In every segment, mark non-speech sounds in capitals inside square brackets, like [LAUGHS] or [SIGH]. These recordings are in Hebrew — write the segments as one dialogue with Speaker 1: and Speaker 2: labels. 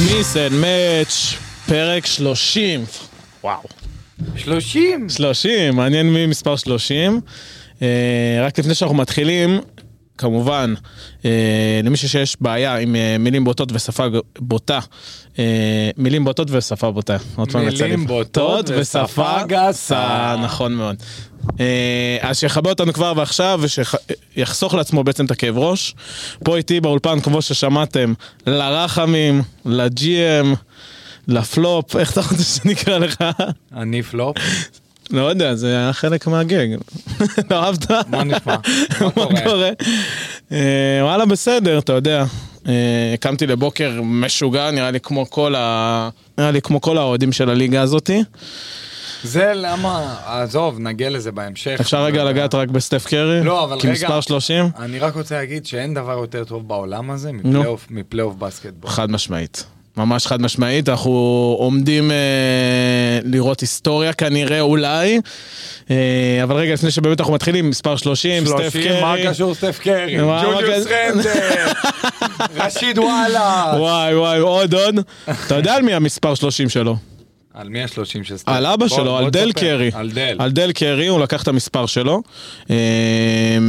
Speaker 1: מיס אנד מאץ', פרק 30. וואו.
Speaker 2: 30!
Speaker 1: 30, מעניין מי מספר 30. אה, רק לפני שאנחנו מתחילים, כמובן, אה, למישהו שיש בעיה עם אה, מילים בוטות ושפה ג- בוטה, אה, מילים בוטות ושפה בוטה. עוד פעם יצא לי.
Speaker 2: מילים בוטות ושפה גסה.
Speaker 1: נכון מאוד. אה, אז שיכבה אותנו כבר ועכשיו ושיחסוך לעצמו בעצם את הכאב ראש. פה איתי באולפן, כמו ששמעתם, לרחמים, לג'י.אם, לפלופ, איך אתה רוצה שנקרא לך?
Speaker 2: אני פלופ,
Speaker 1: לא יודע, זה היה חלק מהגג. [LAUGHS] לא אהבת? [LAUGHS]
Speaker 2: מה נשמע? מה
Speaker 1: מה
Speaker 2: קורה?
Speaker 1: קורה? אה, וואלה, בסדר, אתה יודע. אה, קמתי לבוקר משוגע, נראה לי כמו כל ה... נראה לי כמו כל האוהדים של הליגה הזאתי.
Speaker 2: זה למה, עזוב, נגיע לזה בהמשך.
Speaker 1: אפשר רגע לגעת רק בסטף קרי?
Speaker 2: לא, אבל רגע.
Speaker 1: כמספר 30?
Speaker 2: אני רק רוצה להגיד שאין דבר יותר טוב בעולם הזה מפלייאוף- מפלייאוף בסקטבול.
Speaker 1: חד משמעית. ממש חד משמעית, אנחנו עומדים אה, לראות היסטוריה כנראה אולי. אה, אבל רגע, לפני שבאמת אנחנו מתחילים, מספר 30, סטף
Speaker 2: 30, מה
Speaker 1: קרי.
Speaker 2: קשור סטף קרי?
Speaker 1: מה- מה
Speaker 2: ג'וליוס
Speaker 1: קשור?
Speaker 2: רנדר! רשיד וואלה!
Speaker 1: וואי וואי עוד עוד. אתה יודע על מי המספר 30 שלו?
Speaker 2: על מי השלושים של סטף?
Speaker 1: על אבא
Speaker 2: בוא-
Speaker 1: שלו,
Speaker 2: בוא
Speaker 1: על
Speaker 2: תספר.
Speaker 1: דל קרי.
Speaker 2: על דל.
Speaker 1: על דל קרי, הוא לקח את המספר שלו, אה,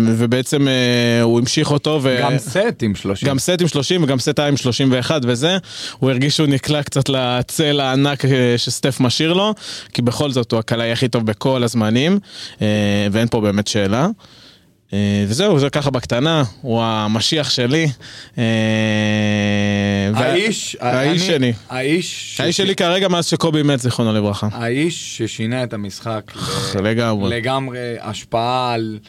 Speaker 1: ובעצם אה, הוא המשיך אותו. ו-
Speaker 2: גם סט עם שלושים.
Speaker 1: גם סט עם 30 וגם סט היה עם 31 וזה, הוא הרגיש שהוא נקלע קצת לצל הענק אה, שסטף משאיר לו, כי בכל זאת הוא הקלעי הכי טוב בכל הזמנים, אה, ואין פה באמת שאלה. אה, וזהו, זה ככה בקטנה, הוא המשיח שלי. אה, וה-
Speaker 2: האיש,
Speaker 1: האיש
Speaker 2: אני-
Speaker 1: שלי.
Speaker 2: האיש,
Speaker 1: האיש
Speaker 2: שש-
Speaker 1: שלי כרגע מאז שקובי מת, זיכרונו לברכה.
Speaker 2: האיש ששינה את המשחק ל-
Speaker 1: לגמרי.
Speaker 2: לגמרי השפעה על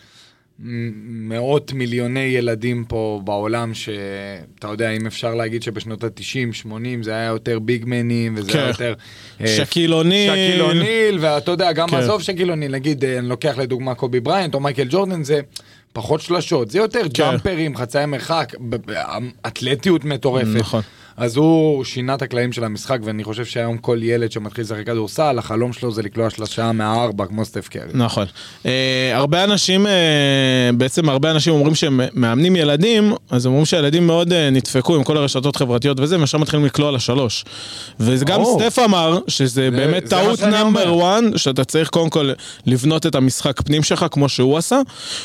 Speaker 2: מ- מאות מיליוני ילדים פה בעולם, שאתה יודע, אם אפשר להגיד שבשנות ה-90, 80, זה היה יותר ביגמנים, וזה היה
Speaker 1: כן.
Speaker 2: יותר... אה,
Speaker 1: שקיל אוניל.
Speaker 2: שקיל אוניל, ואתה יודע, גם
Speaker 1: כן.
Speaker 2: עזוב שקיל אוניל, נגיד, אה, אני לוקח לדוגמה קובי בריינט או מייקל ג'ורדן, זה פחות שלשות, זה
Speaker 1: כן.
Speaker 2: יותר ג'אמפרים, חצאי מרחק, ב- ב- אתלטיות מטורפת.
Speaker 1: נכון.
Speaker 2: אז הוא שינה את הכללים של המשחק, ואני חושב שהיום כל ילד שמתחיל לשחק כדורסל, החלום שלו זה לקלוע שלושה מהארבע, כמו סטף קרי.
Speaker 1: נכון. Uh, הרבה אנשים, uh, בעצם הרבה אנשים אומרים שהם מאמנים ילדים, אז אומרים שהילדים מאוד uh, נדפקו עם כל הרשתות החברתיות וזה, וישר מתחילים לקלוע לשלוש. וגם
Speaker 2: ברור.
Speaker 1: סטף אמר שזה באמת
Speaker 2: זה מה
Speaker 1: טעות
Speaker 2: שאני
Speaker 1: נאמבר
Speaker 2: אומר.
Speaker 1: וואן, שאתה צריך קודם כל לבנות את המשחק פנים שלך, כמו שהוא עשה.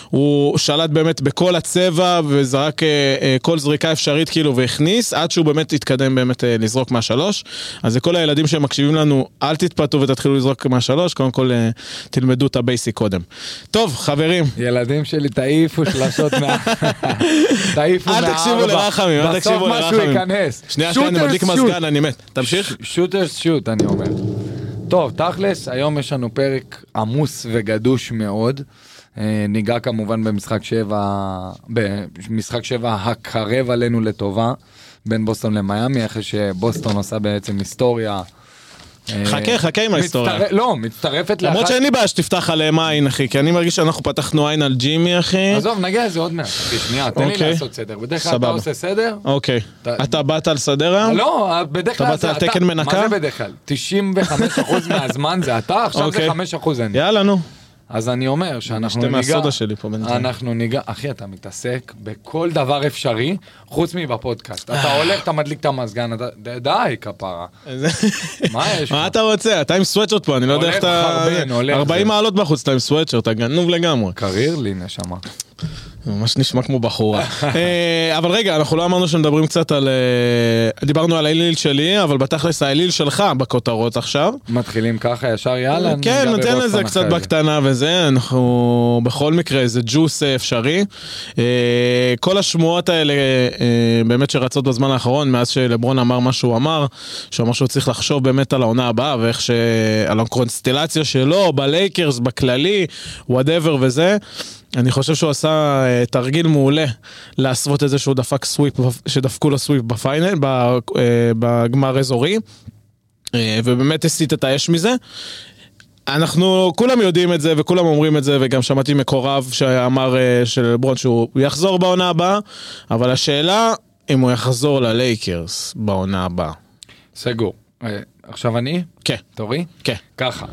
Speaker 1: הוא שלט באמת בכל הצבע, וזרק uh, uh, כל זריקה אפשרית כאילו, והכניס, עד שהוא באמת התקדם באמת uh, לזרוק מהשלוש. אז לכל הילדים שמקשיבים לנו, אל תתפתו ותתחילו לזרוק מהשלוש, קודם כל אה, תלמדו את הבייסיק קודם. טוב, חברים,
Speaker 2: ילדים שלי, תעיפו שלשות
Speaker 1: [LAUGHS]
Speaker 2: מה... תעיפו מהארבע.
Speaker 1: אל תקשיבו לרחמים, אל תקשיבו
Speaker 2: בסוף
Speaker 1: לרחמים.
Speaker 2: משהו ייכנס.
Speaker 1: שנייה, שנייה, אני
Speaker 2: Shooters
Speaker 1: מדליק
Speaker 2: shoot.
Speaker 1: מזגן, אני מת. תמשיך.
Speaker 2: שוטר שוט, אני אומר. טוב, תכלס, היום יש לנו פרק עמוס וגדוש מאוד. אה, ניגע כמובן במשחק שבע, במשחק שבע הקרב עלינו לטובה, בין בוסטון למיאמי, אחרי שבוסטון עושה בעצם היסטוריה. אה,
Speaker 1: חכה, חכה עם ההיסטוריה.
Speaker 2: מצטרף- לא, מצטרפת לאחת...
Speaker 1: למרות שאין לי בעיה שתפתח עליהם עין, אחי, כי אני מרגיש שאנחנו פתחנו עין על ג'ימי, אחי.
Speaker 2: עזוב, נגיע לזה עוד מעט. אחי, שנייה, תן לי
Speaker 1: כן. אוקיי.
Speaker 2: לעשות סדר. בדרך כלל אתה
Speaker 1: סבבה.
Speaker 2: עושה סדר?
Speaker 1: אוקיי.
Speaker 2: אתה-
Speaker 1: אתה באת על סדר היום?
Speaker 2: לא, בדרך
Speaker 1: אתה
Speaker 2: כלל
Speaker 1: באת
Speaker 2: זה
Speaker 1: על
Speaker 2: אתה.
Speaker 1: תקן מנקה?
Speaker 2: מה זה בדרך כלל?
Speaker 1: [LAUGHS]
Speaker 2: 95% מהזמן זה אתה, עכשיו זה
Speaker 1: אוקיי.
Speaker 2: 5% אני.
Speaker 1: יאללה, נו.
Speaker 2: אז אני אומר שאנחנו
Speaker 1: נשתה
Speaker 2: ניגע...
Speaker 1: מהסודה שלי פה בינתיים.
Speaker 2: אנחנו ניגע... אחי, אתה מתעסק בכל דבר אפשרי, חוץ מבפודקאסט. אתה
Speaker 1: [SIGHS]
Speaker 2: הולך, אתה מדליק את המזגן, אתה... ד- די, כפרה. מה יש
Speaker 1: מה
Speaker 2: לך?
Speaker 1: אתה רוצה? אתה עם סוואטשרט פה, אני לא יודע
Speaker 2: הולך
Speaker 1: איך אתה...
Speaker 2: חרבן, הולך
Speaker 1: 40
Speaker 2: זה.
Speaker 1: מעלות בחוץ, אתה עם סוואטשרט, אתה גנוב לגמרי.
Speaker 2: קריר לי, נשמה.
Speaker 1: ממש נשמע כמו
Speaker 2: [LAUGHS]
Speaker 1: בחורה. אה, אבל רגע, אנחנו לא אמרנו שמדברים קצת על... אה, דיברנו על האליל שלי, אבל בתכלס האליל שלך בכותרות עכשיו.
Speaker 2: מתחילים ככה ישר, יאללה.
Speaker 1: כן,
Speaker 2: ניגע
Speaker 1: נותן לזה
Speaker 2: בבוסטון
Speaker 1: קצת
Speaker 2: אחרי זה.
Speaker 1: בקטנה וזה, אנחנו בכל מקרה, זה ג'וס אה, אפשרי. אה, כל השמועות האלה אה, באמת שרצות בזמן האחרון, מאז שלברון אמר מה שהוא אמר, שהוא אמר שהוא צריך לחשוב באמת על העונה הבאה ואיך ש... על הקונסטלציה שלו, בלייקרס, בכללי, וואטאבר וזה. אני חושב שהוא עשה אה, תרגיל מעולה להסוות את זה שהוא דפק סוויפ, שדפקו לו סוויפ בפיינל, ב- אה, בגמר אזורי. אה, ובאמת הסיט את האש מזה. אנחנו כולם יודעים את זה וכולם אומרים את זה וגם שמעתי מקורב שאמר אה, שלברון שהוא יחזור בעונה הבאה אבל השאלה אם הוא יחזור ללייקרס בעונה הבאה.
Speaker 2: סגור. אה, עכשיו אני?
Speaker 1: כן,
Speaker 2: תורי?
Speaker 1: כן.
Speaker 2: ככה.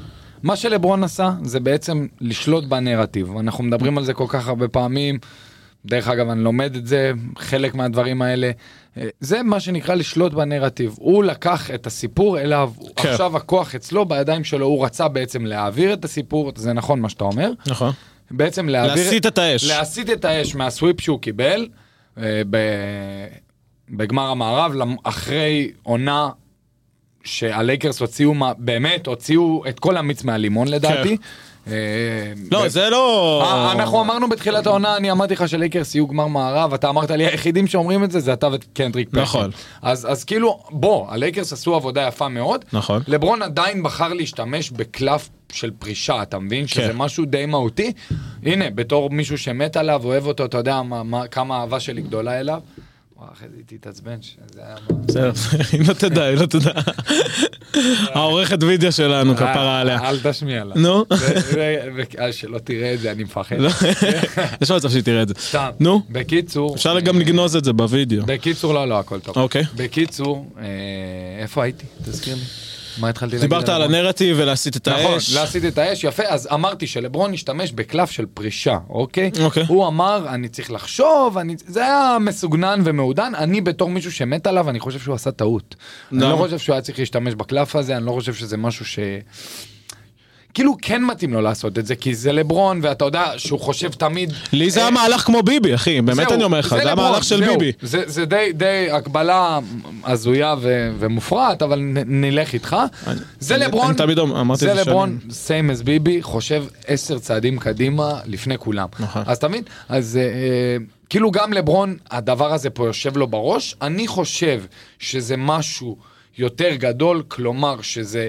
Speaker 2: מה שלברון עשה זה בעצם לשלוט בנרטיב. אנחנו מדברים על זה כל כך הרבה פעמים. דרך אגב, אני לומד את זה, חלק מהדברים האלה. אה, זה מה שנקרא לשלוט בנרטיב. הוא לקח את הסיפור אליו,
Speaker 1: כן.
Speaker 2: כן. עכשיו הכוח אצלו בידיים שלו, הוא רצה בעצם להעביר את הסיפור, זה נכון מה שאתה אומר,
Speaker 1: נכון.
Speaker 2: בעצם להעביר...
Speaker 1: להסיט את האש.
Speaker 2: להסיט את האש מהסוויפ שהוא קיבל אה, ב... בגמר המערב, למ- אחרי עונה שהלייקרס הוציאו, מה- באמת הוציאו את כל המיץ מהלימון לדעתי. אה,
Speaker 1: לא,
Speaker 2: ו-
Speaker 1: זה לא...
Speaker 2: אה, אנחנו אמרנו בתחילת העונה, אני אמרתי לך שלייקרס יהיו גמר מערב, אתה אמרת לי היחידים שאומרים את זה זה אתה וקנדריק פרקין.
Speaker 1: נכון.
Speaker 2: אז אז כאילו, בוא, הלייקרס עשו עבודה יפה מאוד.
Speaker 1: נכון.
Speaker 2: לברון עדיין בחר להשתמש בקלף של פרישה, אתה מבין? שזה
Speaker 1: כן.
Speaker 2: משהו די מהותי. הנה, בתור מישהו שמת עליו, אוהב אותו, אתה יודע מה- מה- כמה האהבה שלי גדולה אליו. וואי, אחרי זה היא תתעצבן, שזה היה...
Speaker 1: בסדר, [LAUGHS] היא לא תדע, היא לא תדע. העורכת וידאו
Speaker 2: אה,
Speaker 1: שלנו, כפרה עליה.
Speaker 2: אל תשמיע לה.
Speaker 1: נו.
Speaker 2: זה- זה- ו- אה, שלא תראה את זה, אני מפחד.
Speaker 1: לא, [LAUGHS] יש מצב שהיא תראה את זה.
Speaker 2: סתם.
Speaker 1: נו,
Speaker 2: בקיצור...
Speaker 1: אפשר גם לגנוז את זה בווידאו.
Speaker 2: בקיצור, לא, לא, הכל טוב.
Speaker 1: אוקיי.
Speaker 2: בקיצור, אה, איפה הייתי? תזכיר לי. מה התחלתי להגיד?
Speaker 1: דיברת על
Speaker 2: לברון?
Speaker 1: הנרטיב ולהסיט את
Speaker 2: נכון,
Speaker 1: האש.
Speaker 2: להסיט את האש, יפה, אז אמרתי שלברון השתמש בקלף של פרישה, אוקיי?
Speaker 1: אוקיי.
Speaker 2: הוא אמר, אני צריך לחשוב, אני... זה היה מסוגנן ומעודן, אני בתור מישהו שמת עליו, אני חושב שהוא עשה טעות. אני
Speaker 1: למה?
Speaker 2: לא חושב שהוא היה צריך להשתמש בקלף הזה, אני לא חושב שזה משהו ש... כאילו כן מתאים לו לעשות את זה, כי זה לברון, ואתה יודע שהוא חושב תמיד...
Speaker 1: לי זה
Speaker 2: אה,
Speaker 1: היה מהלך כמו ביבי, אחי, באמת
Speaker 2: זהו,
Speaker 1: אני אומר לך, זה היה
Speaker 2: לברון,
Speaker 1: מהלך של
Speaker 2: זהו.
Speaker 1: ביבי.
Speaker 2: זה, זה די, די הקבלה הזויה ו, ומופרעת, אבל נ, נלך איתך. זה
Speaker 1: אני-
Speaker 2: לברון,
Speaker 1: אני תמיד אומר- אמרתי
Speaker 2: זה
Speaker 1: את זה
Speaker 2: לברון, same as ביבי, חושב עשר צעדים קדימה לפני כולם.
Speaker 1: נכון.
Speaker 2: אז אתה מבין? אז אה, אה, כאילו גם לברון, הדבר הזה פה יושב לו בראש. אני חושב שזה משהו יותר גדול, כלומר שזה...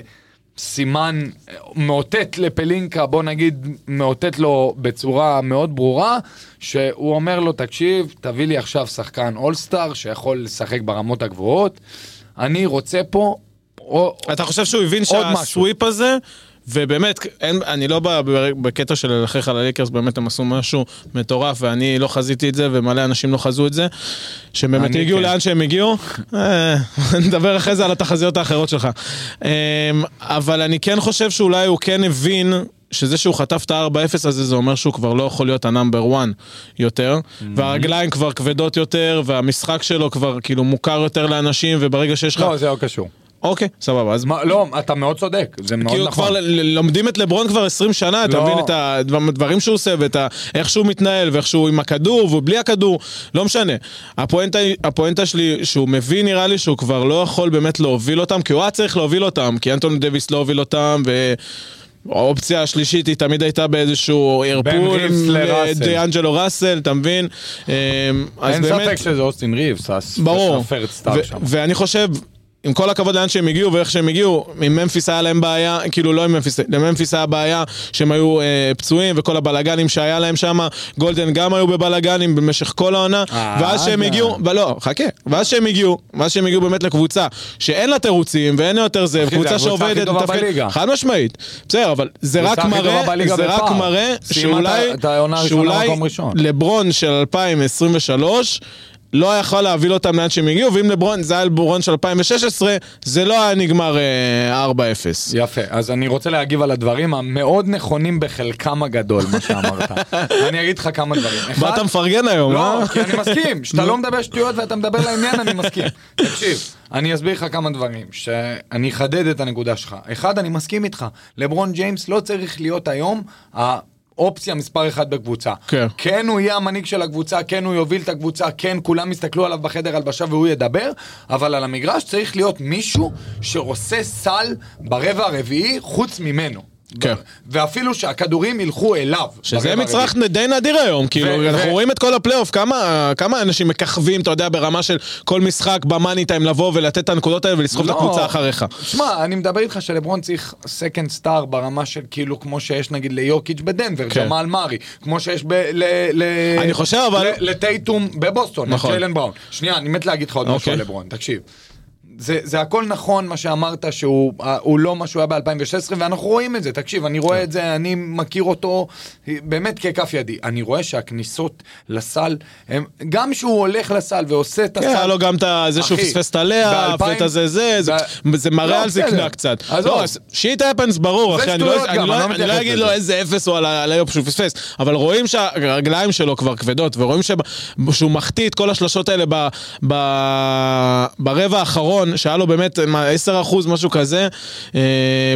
Speaker 2: סימן אה, מאותת לפלינקה, בוא נגיד, מאותת לו בצורה מאוד ברורה, שהוא אומר לו, תקשיב, תביא לי עכשיו שחקן אולסטאר שיכול לשחק ברמות הגבוהות, אני רוצה פה... או,
Speaker 1: אתה חושב שהוא הבין
Speaker 2: עוד משהו.
Speaker 1: שהסוויפ הזה, ובאמת, אין, אני לא ב- ב- בקטע של ללחך על הליקרס, באמת הם עשו משהו מטורף, ואני לא חזיתי את זה, ומלא אנשים לא חזו את זה, שהם באמת
Speaker 2: אני
Speaker 1: הגיעו
Speaker 2: כן.
Speaker 1: לאן שהם הגיעו. אה, [LAUGHS] נדבר אחרי זה על התחזיות האחרות שלך. אמ, אבל אני כן חושב שאולי הוא כן הבין... שזה שהוא חטף את ה-4-0 הזה, זה אומר שהוא כבר לא יכול להיות הנאמבר 1 יותר, והרגליים כבר כבדות יותר, והמשחק שלו כבר כאילו מוכר יותר לאנשים, וברגע שיש לך...
Speaker 2: לא, זה לא קשור.
Speaker 1: אוקיי, סבבה, אז
Speaker 2: מה, לא, אתה מאוד צודק, זה מאוד
Speaker 1: כאילו
Speaker 2: נכון.
Speaker 1: כבר ל- ל- לומדים את לברון כבר 20 שנה, אתה
Speaker 2: לא.
Speaker 1: מבין את הדברים שהוא עושה ואת ה- איך שהוא מתנהל ואיך שהוא עם הכדור ובלי הכדור, לא משנה. הפואנטה, הפואנטה שלי שהוא מבין נראה לי שהוא כבר לא יכול באמת להוביל אותם, כי הוא היה צריך להוביל אותם, כי אנטון דוויס לא הוביל אותם ו... האופציה השלישית היא תמיד הייתה באיזשהו ערפול,
Speaker 2: ריבס
Speaker 1: עם, אה,
Speaker 2: לראסל.
Speaker 1: דיאנג'לו ראסל, אתה מבין? אה, אז
Speaker 2: אין
Speaker 1: באמת-
Speaker 2: ספק שזה אוסטין ריבס, הס-
Speaker 1: ברור.
Speaker 2: הספרד
Speaker 1: ו-
Speaker 2: סטאר שם.
Speaker 1: ואני חושב, עם כל הכבוד לאן שהם הגיעו ואיך שהם הגיעו, עם ממפיס היה להם בעיה, כאילו לא עם ממפיס, לממפיס היה בעיה שהם היו אה, פצועים וכל הבלגנים שהיה להם שם, גולדן גם היו בבלגנים במשך כל העונה,
Speaker 2: אה,
Speaker 1: ואז שהם
Speaker 2: אה.
Speaker 1: הגיעו, אבל לא, חכה, ואז שהם הגיעו, ואז שהם הגיעו באמת לקבוצה שאין לה תירוצים ואין לה יותר זה,
Speaker 2: אחי,
Speaker 1: קבוצה
Speaker 2: זה הקבוצה הכי
Speaker 1: שעובדת,
Speaker 2: טובה
Speaker 1: מתפקדת-
Speaker 2: בליגה.
Speaker 1: חד משמעית, בסדר, אבל זה רק
Speaker 2: הקבוצה הכי טובה
Speaker 1: מראה,
Speaker 2: בליגה
Speaker 1: זה רק
Speaker 2: בפער.
Speaker 1: מראה
Speaker 2: סיימה
Speaker 1: שאולי,
Speaker 2: את ה- את העונה הראשונה
Speaker 1: שאולי
Speaker 2: במקום ראשון.
Speaker 1: לברון של 2023 לא יכול להביא אותם לאן שהם הגיעו, ואם לברון, זה היה לברון של 2016, זה לא היה נגמר אה, 4-0.
Speaker 2: יפה, אז אני רוצה להגיב על הדברים המאוד נכונים בחלקם הגדול, מה
Speaker 1: [LAUGHS]
Speaker 2: שאמרת. אני אגיד לך כמה דברים. אחד,
Speaker 1: באת מפרגן היום, אה?
Speaker 2: לא, כי אני מסכים, שאתה לא מדבר שטויות ואתה מדבר לעניין, אני
Speaker 1: [LAUGHS]
Speaker 2: מסכים. תקשיב, אני אסביר לך כמה דברים, שאני אחדד את הנקודה שלך. אחד, אני מסכים איתך, לברון ג'יימס לא צריך להיות היום ה... אופציה מספר אחת בקבוצה.
Speaker 1: כן.
Speaker 2: כן, הוא יהיה המנהיג של הקבוצה, כן, הוא יוביל את הקבוצה, כן, כולם יסתכלו עליו בחדר הלבשה והוא ידבר, אבל על המגרש צריך להיות מישהו שעושה סל ברבע הרביעי חוץ ממנו.
Speaker 1: כן.
Speaker 2: ואפילו שהכדורים ילכו אליו.
Speaker 1: שזה
Speaker 2: ברבע הרביעי.
Speaker 1: מצרך די נדיר היום, כאילו,
Speaker 2: ו-
Speaker 1: אנחנו
Speaker 2: ו-
Speaker 1: רואים את כל הפלייאוף, כמה- כמה אנשים מככבים, אתה יודע, ברמה של כל משחק במאני טיים לבוא ולתת את הנקודות האלה ולסחוב את
Speaker 2: לא.
Speaker 1: הקבוצה אחריך.
Speaker 2: שמע, אני מדבר איתך שלברון צריך סקנד סטאר ברמה של כאילו כמו שיש נגיד ליוקיץ' בדנבר,
Speaker 1: כן.
Speaker 2: ג'מאל מארי, כמו שיש ב... ל- ל-
Speaker 1: אני חושב, אבל-
Speaker 2: ל- לטייטום בבוסטון,
Speaker 1: נכון.
Speaker 2: נכון. ג'יילן בראון. שנייה, אני מת להגיד לך עוד משהו
Speaker 1: אוקיי.
Speaker 2: על לברון, תקשיב. זה, זה הכל נכון מה שאמרת שהוא אה, הוא לא מה שהוא היה ב-2016 ואנחנו רואים את זה, תקשיב, אני רואה את זה, אני מכיר אותו אה, באמת ככף ידי. אני רואה שהכניסות לסל, הם, גם שהוא הולך לסל ועושה את הסל,
Speaker 1: כן, היה לו גם את ה- זה שהוא
Speaker 2: אחי,
Speaker 1: פספס את הלאפ,
Speaker 2: באלפיים-
Speaker 1: ואת הזה זה, זה-
Speaker 2: ב-
Speaker 1: זה מראה
Speaker 2: לא,
Speaker 1: על זקנה
Speaker 2: בסדר.
Speaker 1: קצת.
Speaker 2: עזוב.
Speaker 1: לא, אז שיט אפנס ברור,
Speaker 2: זה
Speaker 1: אחי, אני
Speaker 2: שטויות
Speaker 1: לא- אני
Speaker 2: גם,
Speaker 1: לא
Speaker 2: אני לא
Speaker 1: אני לא
Speaker 2: מתייחס
Speaker 1: אגיד
Speaker 2: לזה.
Speaker 1: לו איזה אפס הוא על ה- על היום שהוא פספס, אבל רואים שהרגליים שלו כבר כבדות, ורואים שב- שהוא מחטיא את כל השלשות האלה ב- ב- ברבע האחרון, שהיה לו באמת מה, 10% משהו כזה, אה,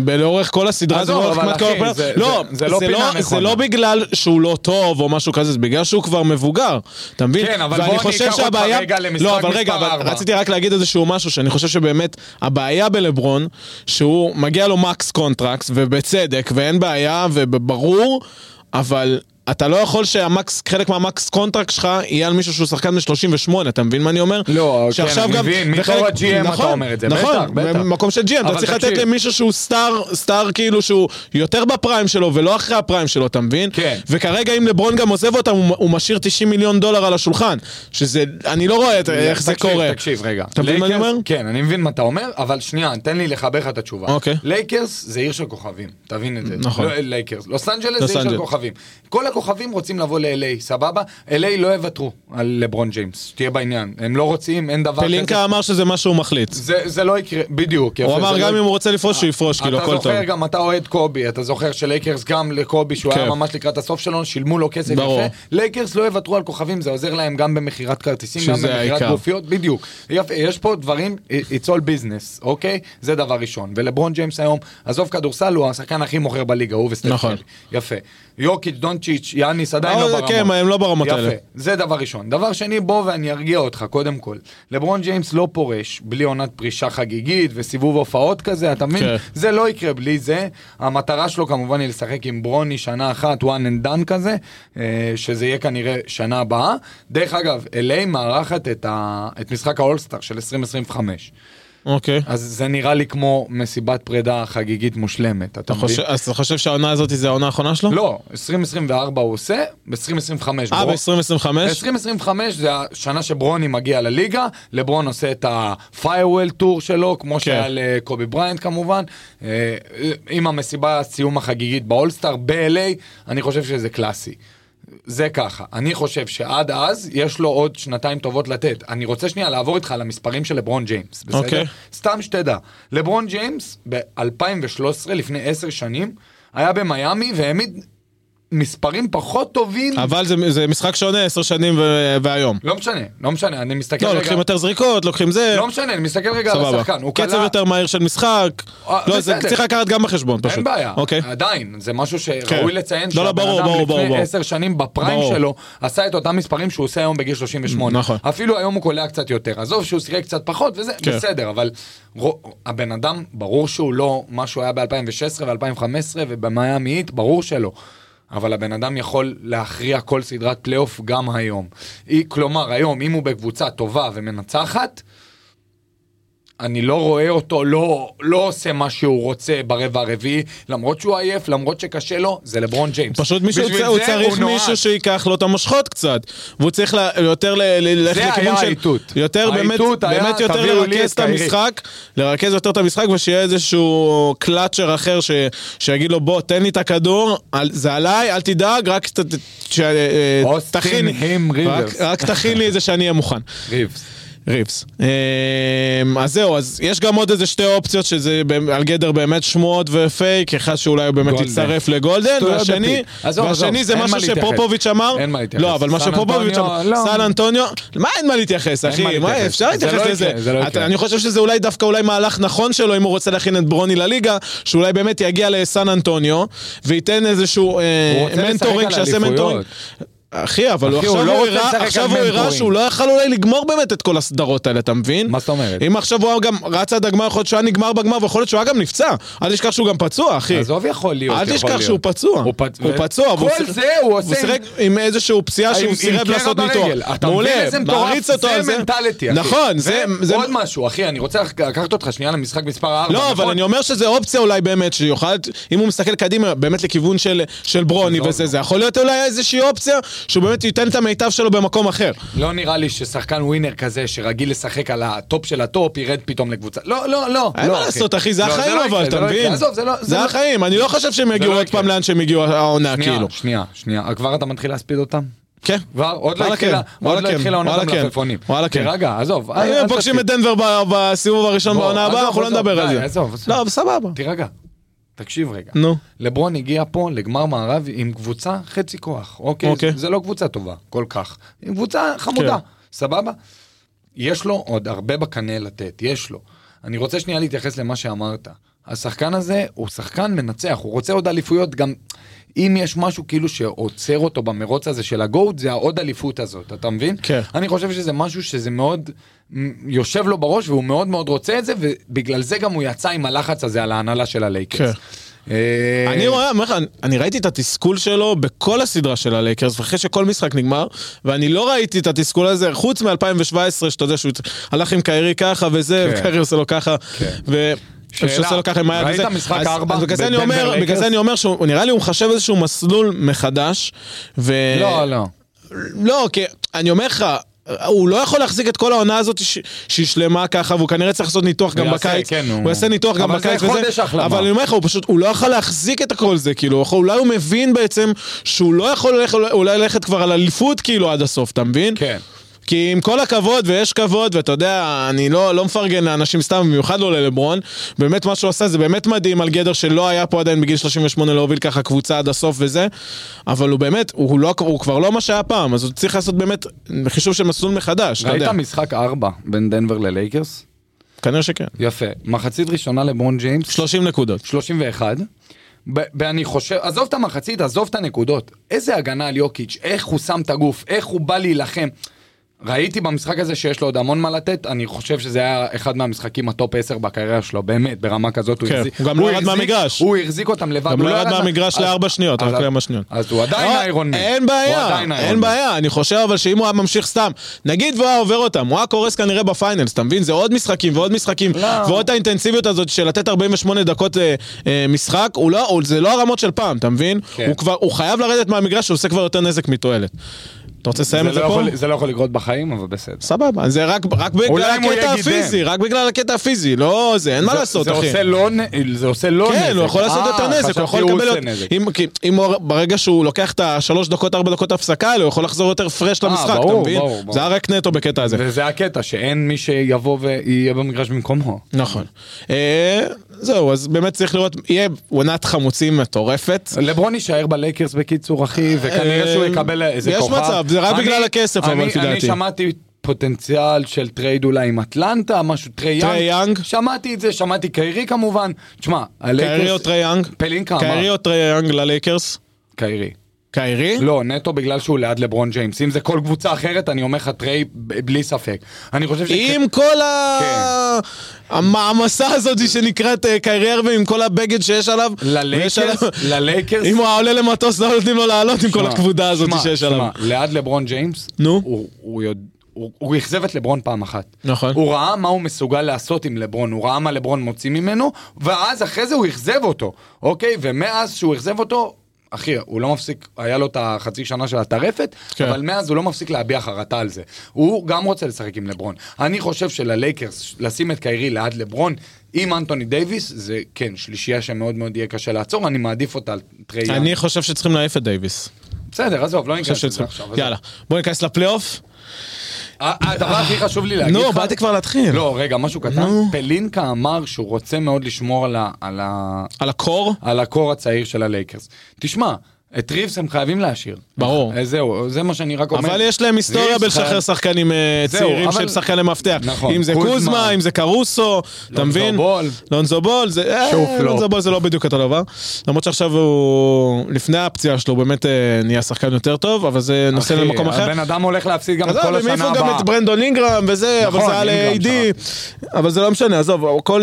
Speaker 1: ב- לאורך כל הסדרה
Speaker 2: עזוב,
Speaker 1: לאורך
Speaker 2: אבל
Speaker 1: כמעט כל
Speaker 2: אחי,
Speaker 1: הפלייאוף.
Speaker 2: זה-
Speaker 1: לא,
Speaker 2: זה- זה לא
Speaker 1: זה
Speaker 2: פינה
Speaker 1: לא- זה
Speaker 2: נכונה.
Speaker 1: לא בגלל שהוא לא טוב או משהו כזה, זה בגלל שהוא כבר מבוגר, אתה מבין?
Speaker 2: כן, אבל
Speaker 1: ואני
Speaker 2: בוא אני
Speaker 1: חושב
Speaker 2: אקח אותך
Speaker 1: שהבעיה-
Speaker 2: רגע למשחק
Speaker 1: לא, אבל רגע,
Speaker 2: מספר
Speaker 1: אבל
Speaker 2: ארבע.
Speaker 1: רציתי רק להגיד איזשהו משהו שאני חושב שבאמת הבעיה בלברון, שהוא מגיע לו מקס קונטרקס, ובצדק, ואין בעיה, וברור, אבל... אתה לא יכול שהמקס, חלק מהמקס קונטרקט שלך יהיה על מישהו שהוא שחקן מ-38, אתה מבין מה אני אומר?
Speaker 2: לא, כן,
Speaker 1: שעכשיו
Speaker 2: אני
Speaker 1: גם-
Speaker 2: מבין,
Speaker 1: וחלק-
Speaker 2: מתור ה-GM אתה
Speaker 1: נכון,
Speaker 2: אומר את זה,
Speaker 1: נכון,
Speaker 2: בטח, בטח.
Speaker 1: במקום של GM, אתה
Speaker 2: אבל
Speaker 1: צריך לתת
Speaker 2: תקשיב.
Speaker 1: למישהו שהוא סטאר, סטאר כאילו שהוא יותר בפריים שלו ולא אחרי הפריים שלו, אתה מבין?
Speaker 2: כן.
Speaker 1: וכרגע אם לברון גם עוזב אותם, הוא, הוא משאיר 90 מיליון דולר על השולחן, שזה, אני לא רואה את, איך זה
Speaker 2: תקשיב,
Speaker 1: קורה.
Speaker 2: תקשיב רגע.
Speaker 1: אתה מבין מה אני
Speaker 2: לייקרס-
Speaker 1: אומר?
Speaker 2: כן, אני מבין מה אתה אומר, אבל שנייה, תן לי לחבר לך את התשובה.
Speaker 1: אוקיי.
Speaker 2: לייקרס זה עיר של כוכבים, תבין את זה.
Speaker 1: נכון.
Speaker 2: לא, לייקרס. לוס אנג'לס
Speaker 1: לוס
Speaker 2: זה עיר של
Speaker 1: אנג'לס.
Speaker 2: כוכבים. כל הכוכבים רוצים לבוא ל-LA, סבבה? LA לא יוותרו על לברון ג'יימס, תהיה בעניין. הם לא רוצים, אין דבר
Speaker 1: פלינקה אמר שזה מה שהוא מחליט.
Speaker 2: זה, זה לא יקרה, בדיוק. יפה,
Speaker 1: הוא אמר
Speaker 2: זה
Speaker 1: גם
Speaker 2: לא...
Speaker 1: אם הוא רוצה לפרוש, שהוא יפרוש, כאילו,
Speaker 2: אתה
Speaker 1: הכל טוב.
Speaker 2: זוכר גם, אתה אוהד קובי, אתה זוכר שלייקרס גם לקובי, שהוא
Speaker 1: כן.
Speaker 2: היה ממש לקראת הסוף שלו, שילמו לו כסף
Speaker 1: ברור.
Speaker 2: יפה. לייקרס לא יוותרו על כוכבים, זה עוזר להם גם במכירת כרטיסים, גם
Speaker 1: שזה
Speaker 2: במכירת
Speaker 1: העיקר.
Speaker 2: גופיות, בדיוק. יפה, יש פה דברים, it's all business, אוקיי? זה דבר ראשון. ולברון ג'יימס היום, עזוב כדורסל, הוא השחקן הכי מוכר בליגה, הוא וסטף
Speaker 1: נכון.
Speaker 2: קרי. יפה. יוקיץ', דונצ'יץ', יאניס, עדיין לא
Speaker 1: אבל
Speaker 2: ברמות.
Speaker 1: כן, הם לא ברמות
Speaker 2: יפה.
Speaker 1: האלה.
Speaker 2: זה דבר ראשון. דבר שני, בוא ואני ארגיע אותך, קודם כל. לברון ג'יימס לא פורש בלי עונת פרישה חגיגית וסיבוב הופעות כזה, אתה מבין?
Speaker 1: כן.
Speaker 2: זה לא יקרה בלי זה. המטרה שלו כמובן היא לשחק עם ברוני שנה אחת, one and done כזה, אה, שזה יהיה כנראה שנה הבאה. דרך אגב, LA מארחת את, ה... את משחק האולסטאר של 2025.
Speaker 1: אוקיי.
Speaker 2: אז זה נראה לי כמו מסיבת פרידה חגיגית מושלמת, אתה
Speaker 1: אתה
Speaker 2: מבין?
Speaker 1: חושב- אז אתה חושב שהעונה הזאת זה העונה האחרונה שלו?
Speaker 2: לא, 2024 הוא עושה, ב-2025.
Speaker 1: אה, ב-2025?
Speaker 2: 2025 זה השנה שברוני מגיע לליגה, לברון עושה את ה-firewell טור שלו, כמו כן. שהיה לקובי בריינט כמובן, אה, עם המסיבה הסיום החגיגית באולסטאר ב-LA, אני חושב שזה קלאסי. זה ככה, אני חושב שעד אז יש לו עוד שנתיים טובות לתת. אני רוצה שנייה לעבור איתך על המספרים של לברון ג'יימס, בסדר?
Speaker 1: אוקיי.
Speaker 2: סתם שתדע, לברון ג'יימס ב-2013, לפני עשר שנים, היה במיאמי והעמיד מספרים פחות טובים
Speaker 1: אבל זה- זה משחק שונה עשר שנים ו- והיום.
Speaker 2: לא משנה, לא משנה, אני מסתכל
Speaker 1: לא,
Speaker 2: רגע...
Speaker 1: לוקחים יותר זריקות, לוקחים זה.
Speaker 2: לא משנה, אני מסתכל רגע על
Speaker 1: סבבה.
Speaker 2: השחקן. הוא
Speaker 1: קצב
Speaker 2: כלה-
Speaker 1: יותר מהיר של משחק.
Speaker 2: אה,
Speaker 1: לא, זה
Speaker 2: בסדר.
Speaker 1: צריך לקחת גם בחשבון פשוט.
Speaker 2: אין בעיה,
Speaker 1: אוקיי.
Speaker 2: עדיין, זה משהו
Speaker 1: כן.
Speaker 2: שראוי לציין
Speaker 1: לא, לא,
Speaker 2: שהבן
Speaker 1: ברור,
Speaker 2: אדם
Speaker 1: ברור, ברור,
Speaker 2: לפני
Speaker 1: ברור.
Speaker 2: עשר שנים בפריים
Speaker 1: ברור.
Speaker 2: שלו עשה את אותם מספרים שהוא עושה היום בגיל 38.
Speaker 1: נכון.
Speaker 2: אפילו היום הוא קולע קצת יותר. עזוב שהוא שיחק קצת פחות וזה
Speaker 1: כן.
Speaker 2: בסדר, אבל רו- הבן אדם, ברור שהוא לא מה שהוא היה ב-2016 ו-2015 ובמיאמי היט, ברור שלא. אבל הבן אדם יכול להכריע כל סדרת פלייאוף גם היום. היא- כלומר, היום, אם הוא בקבוצה טובה ומנצחת, אני לא רואה אותו, לא, לא עושה מה שהוא רוצה ברבע הרביעי, למרות שהוא עייף, למרות שקשה לו, זה לברון ג'יימס.
Speaker 1: פשוט מישהו
Speaker 2: בשביל
Speaker 1: צ- הוא
Speaker 2: זה
Speaker 1: צריך
Speaker 2: נועד.
Speaker 1: מישהו שייקח לו את המושכות קצת. והוא צריך ל- יותר ל- ל- ללכת
Speaker 2: זה
Speaker 1: לכיוון
Speaker 2: היה
Speaker 1: של...
Speaker 2: האיתות.
Speaker 1: יותר באמת,
Speaker 2: האיתות היה,
Speaker 1: באמת יותר
Speaker 2: "תביאו לי
Speaker 1: לרכז
Speaker 2: את
Speaker 1: את
Speaker 2: קיירי".
Speaker 1: המשחק, לרכז יותר את המשחק ושיהיה איזשהו קלאצ'ר אחר ש- שיגיד לו בוא תן לי את הכדור, אל- זה עליי, אל תדאג, רק ת- ת- ש- אה,
Speaker 2: אוסטין
Speaker 1: תכין-
Speaker 2: הם ריברס.
Speaker 1: רק- רק תכין לי את זה שאני אהיה מוכן.
Speaker 2: ריבס.
Speaker 1: ריבס. אמ, אז זהו, אז יש גם עוד איזה שתי אופציות שזה במ- על גדר באמת שמועות ופייק, אחד שאולי הוא באמת
Speaker 2: גולדן.
Speaker 1: יצטרף לגולדן,
Speaker 2: שטויות
Speaker 1: והשני,
Speaker 2: בפי. עזוב,
Speaker 1: והשני
Speaker 2: עזוב,
Speaker 1: זה
Speaker 2: אין
Speaker 1: משהו
Speaker 2: מה להתייחס.
Speaker 1: שפופוביץ' אמר,
Speaker 2: אין מה להתייחס.
Speaker 1: לא, אבל מה
Speaker 2: סן
Speaker 1: שפופוביץ' אמר,
Speaker 2: אנטוניו, לא.
Speaker 1: סן אנטוניו, מה אין מה להתייחס, אחי,
Speaker 2: מה
Speaker 1: מה
Speaker 2: להתייחס.
Speaker 1: אפשר
Speaker 2: זה
Speaker 1: להתייחס
Speaker 2: לא
Speaker 1: לזה,
Speaker 2: יקרה, זה לא
Speaker 1: אתה-
Speaker 2: יקרה.
Speaker 1: אני חושב שזה אולי דווקא אולי מהלך נכון שלו, אם הוא רוצה להכין את ברוני לליגה, שאולי באמת יגיע לסן אנטוניו, וייתן איזשהו אה,
Speaker 2: הוא רוצה
Speaker 1: מנטורינג,
Speaker 2: לשחק על
Speaker 1: שיעשה
Speaker 2: אליפויות.
Speaker 1: מנטורינג. אחי, אבל הוא
Speaker 2: אחי, הוא
Speaker 1: עכשיו
Speaker 2: לא
Speaker 1: הוא
Speaker 2: רוצה
Speaker 1: הראה-
Speaker 2: לשחק על
Speaker 1: עכשיו הוא הראה
Speaker 2: מנטורינג.
Speaker 1: שהוא לא יכל אולי לגמור באמת את כל הסדרות האלה, אתה מבין?
Speaker 2: מה זאת אומרת?
Speaker 1: אם עכשיו הוא היה גם רץ עד הגמר, יכול להיות שהוא היה נגמר בגמר, ויכול להיות שהוא היה גם נפצע. אל תשכח שהוא גם פצוע, אחי.
Speaker 2: עזוב יכול להיות,
Speaker 1: כן. אל
Speaker 2: יכול
Speaker 1: תשכח
Speaker 2: להיות.
Speaker 1: שהוא פצוע.
Speaker 2: הוא פצ-
Speaker 1: הוא
Speaker 2: ו-
Speaker 1: פצוע. והוא
Speaker 2: כל
Speaker 1: ש-
Speaker 2: זה הוא עושה עם-
Speaker 1: שיחק עם איזשהו פציעה שהוא
Speaker 2: עם- עם
Speaker 1: סירב
Speaker 2: קרע
Speaker 1: לעשות ניתוח.
Speaker 2: ברגל. אתה מבין איזה מטורף?
Speaker 1: מעריץ אותו על
Speaker 2: זה
Speaker 1: זה.
Speaker 2: מנטליטי, אחי.
Speaker 1: נכון, זה...
Speaker 2: ו-
Speaker 1: זה-
Speaker 2: עוד משהו, אחי, אני רוצה לק- לקחת אותך שנייה למשחק מספר נכון? 4.
Speaker 1: לא, אבל אני אומר שזה אופציה אולי באמת, שיוכל, אם הוא מסתכל קדימה, באמת לכיוון של, של ברוני
Speaker 2: עזוב,
Speaker 1: וזה,
Speaker 2: לא.
Speaker 1: זה יכול להיות אולי איזושהי אופציה שהוא באמת ייתן את המיטב שלו במקום אחר.
Speaker 2: לא נראה לי ששחקן ווינר כזה, שרגיל לשחק על הטופ של הטופ, ירד פתאום לקבוצה. לא, לא, לא.
Speaker 1: אין
Speaker 2: לא,
Speaker 1: מה
Speaker 2: אוקיי.
Speaker 1: לעשות, אחי, זה
Speaker 2: לא,
Speaker 1: החיים
Speaker 2: לא
Speaker 1: אבל,
Speaker 2: יקרה,
Speaker 1: אתה
Speaker 2: זה לא יקרה.
Speaker 1: מבין?
Speaker 2: עזוב, זה לא...
Speaker 1: זה
Speaker 2: לא-
Speaker 1: החיים, אני לא חושב שהם יגיעו
Speaker 2: לא
Speaker 1: עוד
Speaker 2: יקרה.
Speaker 1: פעם לאן שהם הגיעו העונה,
Speaker 2: שנייה,
Speaker 1: כאילו.
Speaker 2: שנייה, שנייה. אה, כבר אתה מתחיל להספיד אותם?
Speaker 1: כן.
Speaker 2: כבר? עוד לא
Speaker 1: וואלה
Speaker 2: התחילה,
Speaker 1: כן,
Speaker 2: עוד
Speaker 1: וואלה
Speaker 2: לא
Speaker 1: כן,
Speaker 2: התחילה עונת
Speaker 1: וואלה כן,
Speaker 2: המלפפונים.
Speaker 1: וואלה כן.
Speaker 2: תירגע, עזוב. אל-
Speaker 1: אם
Speaker 2: אל
Speaker 1: הם פוגשים
Speaker 2: תספיד.
Speaker 1: את דנבר ב- בסיבוב הראשון
Speaker 2: אוקיי. בוא,
Speaker 1: בעונה הבאה,
Speaker 2: עזוב,
Speaker 1: אנחנו לא
Speaker 2: עזוב,
Speaker 1: נדבר על
Speaker 2: די,
Speaker 1: זה.
Speaker 2: אה, עזוב, עזוב. אה,
Speaker 1: לא, סבבה.
Speaker 2: תירגע. תקשיב רגע.
Speaker 1: נו.
Speaker 2: לברון הגיע פה לגמר מערב עם קבוצה חצי כוח, אוקיי?
Speaker 1: אוקיי.
Speaker 2: זה- זה לא קבוצה טובה כל כך, עם קבוצה חמודה,
Speaker 1: כן.
Speaker 2: סבבה? יש לו עוד הרבה בקנה לתת, יש לו. אני רוצה שנייה להתייחס למה שאמרת. השחקן הזה הוא שחקן מנצח, הוא רוצה עוד אליפויות גם... אם יש משהו כאילו שעוצר אותו במרוץ הזה של הגורד, זה העוד אליפות הזאת, אתה מבין?
Speaker 1: כן.
Speaker 2: אני חושב שזה משהו שזה מאוד מ, יושב לו בראש והוא מאוד מאוד רוצה את זה, ובגלל זה גם הוא יצא עם הלחץ הזה על ההנהלה של הלייקרס.
Speaker 1: כן.
Speaker 2: אה,
Speaker 1: אני רואה, אומר לך, אני- אני ראיתי את התסכול שלו בכל הסדרה של הלייקרס, אחרי שכל משחק נגמר, ואני לא ראיתי את התסכול הזה, חוץ מ-2017, שאתה יודע שהוא הלך עם קיירי ככה וזה,
Speaker 2: כן.
Speaker 1: וקיירי עושה לו ככה, ו...
Speaker 2: שאלה,
Speaker 1: שעושה לו ככה עם היד
Speaker 2: ראית
Speaker 1: וזה.
Speaker 2: משחק
Speaker 1: אז-
Speaker 2: ארבע
Speaker 1: אז בגלל זה אני
Speaker 2: בדנבר
Speaker 1: אומר- בגלל
Speaker 2: לייקרס?
Speaker 1: זה אני אומר שהוא, נראה לי הוא מחשב איזשהו מסלול מחדש, ו...
Speaker 2: לא, לא.
Speaker 1: לא, כי אני אומר לך, הוא לא יכול להחזיק את כל העונה הזאת ש- שהיא שלמה ככה, והוא כנראה צריך לעשות ניתוח
Speaker 2: הוא
Speaker 1: גם
Speaker 2: יעשה,
Speaker 1: בקיץ.
Speaker 2: כן, הוא-
Speaker 1: הוא יעשה ניתוח גם
Speaker 2: אבל זה
Speaker 1: בקיץ
Speaker 2: חודש החלמה.
Speaker 1: אבל אני אומר לך, הוא פשוט, הוא לא יכול להחזיק את הכל זה, כאילו, הוא- אולי הוא מבין בעצם שהוא לא יכול ללכת, אולי ללכת כבר על אליפות כאילו עד הסוף, אתה מבין?
Speaker 2: כן.
Speaker 1: כי עם כל הכבוד, ויש כבוד, ואתה יודע, אני לא, לא מפרגן לאנשים סתם, במיוחד לא ללברון, באמת מה שהוא עשה זה באמת מדהים על גדר שלא היה פה עדיין בגיל 38 להוביל ככה קבוצה עד הסוף וזה, אבל הוא באמת, הוא, לא, הוא כבר לא מה שהיה פעם, אז הוא צריך לעשות באמת חישוב של מסלול מחדש, אתה
Speaker 2: ראית
Speaker 1: יודע,
Speaker 2: משחק ארבע בין דנבר ללייקרס?
Speaker 1: כנראה שכן.
Speaker 2: יפה. מחצית ראשונה לברון ג'יימס,
Speaker 1: 30 נקודות.
Speaker 2: 31. ב- ואני חושב, עזוב את המחצית, עזוב את הנקודות. איזה הגנה על יוקיץ', איך הוא שם את הגוף, איך הוא בא להילחם. ראיתי במשחק הזה שיש לו עוד המון מה לתת, אני חושב שזה היה אחד מהמשחקים הטופ 10 בקריירה שלו, באמת, ברמה כזאת.
Speaker 1: כן,
Speaker 2: החזיק-
Speaker 1: הוא גם לא ירד
Speaker 2: החזיק-
Speaker 1: מהמגרש.
Speaker 2: הוא החזיק אותם לבד.
Speaker 1: גם
Speaker 2: הוא
Speaker 1: לא ירד
Speaker 2: מה-
Speaker 1: מהמגרש
Speaker 2: אז-
Speaker 1: לארבע שניות,
Speaker 2: אז-
Speaker 1: רק לארבע שניות.
Speaker 2: אז הוא עדיין
Speaker 1: לא,
Speaker 2: איירון מן.
Speaker 1: אין
Speaker 2: הוא
Speaker 1: בעיה,
Speaker 2: עדיין איירון
Speaker 1: אין
Speaker 2: מן.
Speaker 1: בעיה, אני חושב אבל שאם הוא היה ממשיך סתם, נגיד והוא היה עובר אותם, הוא היה קורס כנראה בפיינלס, אתה מבין? זה עוד משחקים ועוד משחקים,
Speaker 2: לא.
Speaker 1: ועוד את האינטנסיביות הזאת של לתת 48 דקות אה, אה, משחק, הוא לא- הוא- זה לא הרמות של פעם, אתה מבין?
Speaker 2: כן.
Speaker 1: הוא כבר- הוא חייב לרדת מהמגרש, הוא עושה כבר יותר נזק מתועלת. אתה רוצה לסיים
Speaker 2: זה
Speaker 1: את זה
Speaker 2: לא
Speaker 1: פה?
Speaker 2: יכול- זה לא יכול לקרות בחיים, אבל בסדר.
Speaker 1: סבבה, זה רק רק בגלל
Speaker 2: אולי אם הוא
Speaker 1: הקטע
Speaker 2: יהיה גידם.
Speaker 1: הפיזי, רק בגלל הקטע הפיזי, לא זה, אין מה
Speaker 2: זה-
Speaker 1: לעשות,
Speaker 2: זה
Speaker 1: אחי.
Speaker 2: עושה לא נ- זה עושה לא נזק.
Speaker 1: כן, הוא יכול לעשות
Speaker 2: אה,
Speaker 1: יותר נזק,
Speaker 2: חשבתי
Speaker 1: הוא יכול
Speaker 2: הוא
Speaker 1: לקבל...
Speaker 2: עושה
Speaker 1: יותר-
Speaker 2: נזק.
Speaker 1: אם- כי- אם הוא- ברגע שהוא לוקח את השלוש דקות, ארבע דקות הפסקה האלה, הוא יכול לחזור יותר פרש
Speaker 2: אה,
Speaker 1: למשחק, אתה
Speaker 2: ברור,
Speaker 1: מבין?
Speaker 2: ברור, ברור.
Speaker 1: זה היה רק נטו בקטע הזה.
Speaker 2: וזה הקטע, שאין מי שיבוא ויהיה במגרש במקומו.
Speaker 1: נכון. אה, זהו, אז באמת צריך לראות, יהיה עונת חמוצים מטורפת.
Speaker 2: לברון יישאר בלייקרס בקיצור, אחי, וכנראה שהוא
Speaker 1: אה,
Speaker 2: יקבל איזה
Speaker 1: יש
Speaker 2: כוכב.
Speaker 1: מצב, זה רק
Speaker 2: אני-
Speaker 1: בגלל הכסף, אבל
Speaker 2: אני-
Speaker 1: לפי
Speaker 2: אני
Speaker 1: דעתי.
Speaker 2: שמעתי פוטנציאל של טרייד אולי עם אטלנטה, משהו, טריי יאנג.
Speaker 1: טריי יאנג.
Speaker 2: שמעתי את זה, שמעתי קיירי כמובן. תשמע,
Speaker 1: קיירי או
Speaker 2: הלייקרס...
Speaker 1: טרי יאנג?
Speaker 2: פלינקה אמר.
Speaker 1: קיירי או טרי יאנג ללייקרס?
Speaker 2: קיירי.
Speaker 1: קיירי?
Speaker 2: לא, נטו בגלל שהוא ליד לברון ג'יימס. אם זה כל קבוצה אחרת, אני אומר לך טריי ב- בלי ספק. אני חושב ש...
Speaker 1: עם כל ה...
Speaker 2: כן.
Speaker 1: המעמסה הזאת שנקראת אה, קיירי ארווין, עם כל הבגד שיש עליו. ויש
Speaker 2: ללייקרס,
Speaker 1: עליו-
Speaker 2: ללייקרס,
Speaker 1: אם הוא היה עולה למטוס, לא נותנים לו לעלות עם כל
Speaker 2: שמע,
Speaker 1: הכבודה הזאת
Speaker 2: שמע,
Speaker 1: שיש עליו.
Speaker 2: שמע, ליד לברון ג'יימס,
Speaker 1: נו.
Speaker 2: הוא- הוא יודע- הוא- הוא אכזב את לברון פעם אחת.
Speaker 1: נכון.
Speaker 2: הוא ראה מה הוא מסוגל לעשות עם לברון, הוא ראה מה לברון מוציא ממנו, ואז אחרי זה הוא אכזב אותו, אוקיי? ומאז שהוא אכזב אותו, אחי, הוא לא מפסיק, היה לו את החצי שנה של הטרפת,
Speaker 1: כן.
Speaker 2: אבל מאז הוא לא מפסיק להביע חרטה על זה. הוא גם רוצה לשחק עם לברון. אני חושב שללייקרס, לשים את קיירי ליד לברון, עם אנטוני דייוויס, זה כן, שלישייה שמאוד מאוד יהיה קשה לעצור, אני מעדיף אותה על טריי יאנג.
Speaker 1: אני חושב שצריכים להעיף את דייוויס.
Speaker 2: בסדר, עזוב, לא
Speaker 1: אני
Speaker 2: ניכנס
Speaker 1: חושב
Speaker 2: לזה
Speaker 1: שצריכים...
Speaker 2: עכשיו. עזוב.
Speaker 1: יאללה. בוא ניכנס לפלייאוף.
Speaker 2: ה- הדבר הכי חשוב לי להגיד לך...
Speaker 1: נו, באתי כבר להתחיל.
Speaker 2: לא, רגע, משהו קטן.
Speaker 1: נו.
Speaker 2: פלינקה אמר שהוא רוצה מאוד לשמור על ה- על ה-
Speaker 1: על הקור?
Speaker 2: על הקור הצעיר של הלייקרס. תשמע, את ריבס הם חייבים להשאיר.
Speaker 1: ברור.
Speaker 2: אה, זהו, זה מה שאני רק אומר.
Speaker 1: אבל יש להם היסטוריה
Speaker 2: ריבס
Speaker 1: בלשחרר
Speaker 2: חייב-
Speaker 1: שחקנים אה,
Speaker 2: זהו,
Speaker 1: צעירים
Speaker 2: אבל-
Speaker 1: שהם שחקני מפתח.
Speaker 2: נכון,
Speaker 1: אם זה
Speaker 2: קוזמה.
Speaker 1: קוזמה, אם זה קרוסו, אתה מבין?
Speaker 2: בול.
Speaker 1: לונזו בול. זה- אה,
Speaker 2: שהוא פלופ.
Speaker 1: לונזו בול זה לא בדיוק אותו דבר. למרות שעכשיו הוא... לפני הפציעה שלו הוא באמת אה, נהיה שחקן יותר טוב, אבל זה נושא
Speaker 2: אחי,
Speaker 1: למקום אחר.
Speaker 2: הבן אדם הולך להפסיד גם את
Speaker 1: עזוב,
Speaker 2: כל
Speaker 1: הם
Speaker 2: השנה
Speaker 1: העיפו גם
Speaker 2: הבאה.
Speaker 1: את ברנדון אינגרם וזה, אבל
Speaker 2: נכון,
Speaker 1: זה היה ל-AD,
Speaker 2: אינגרם נכון.
Speaker 1: אבל זה לא משנה, עזוב, כל...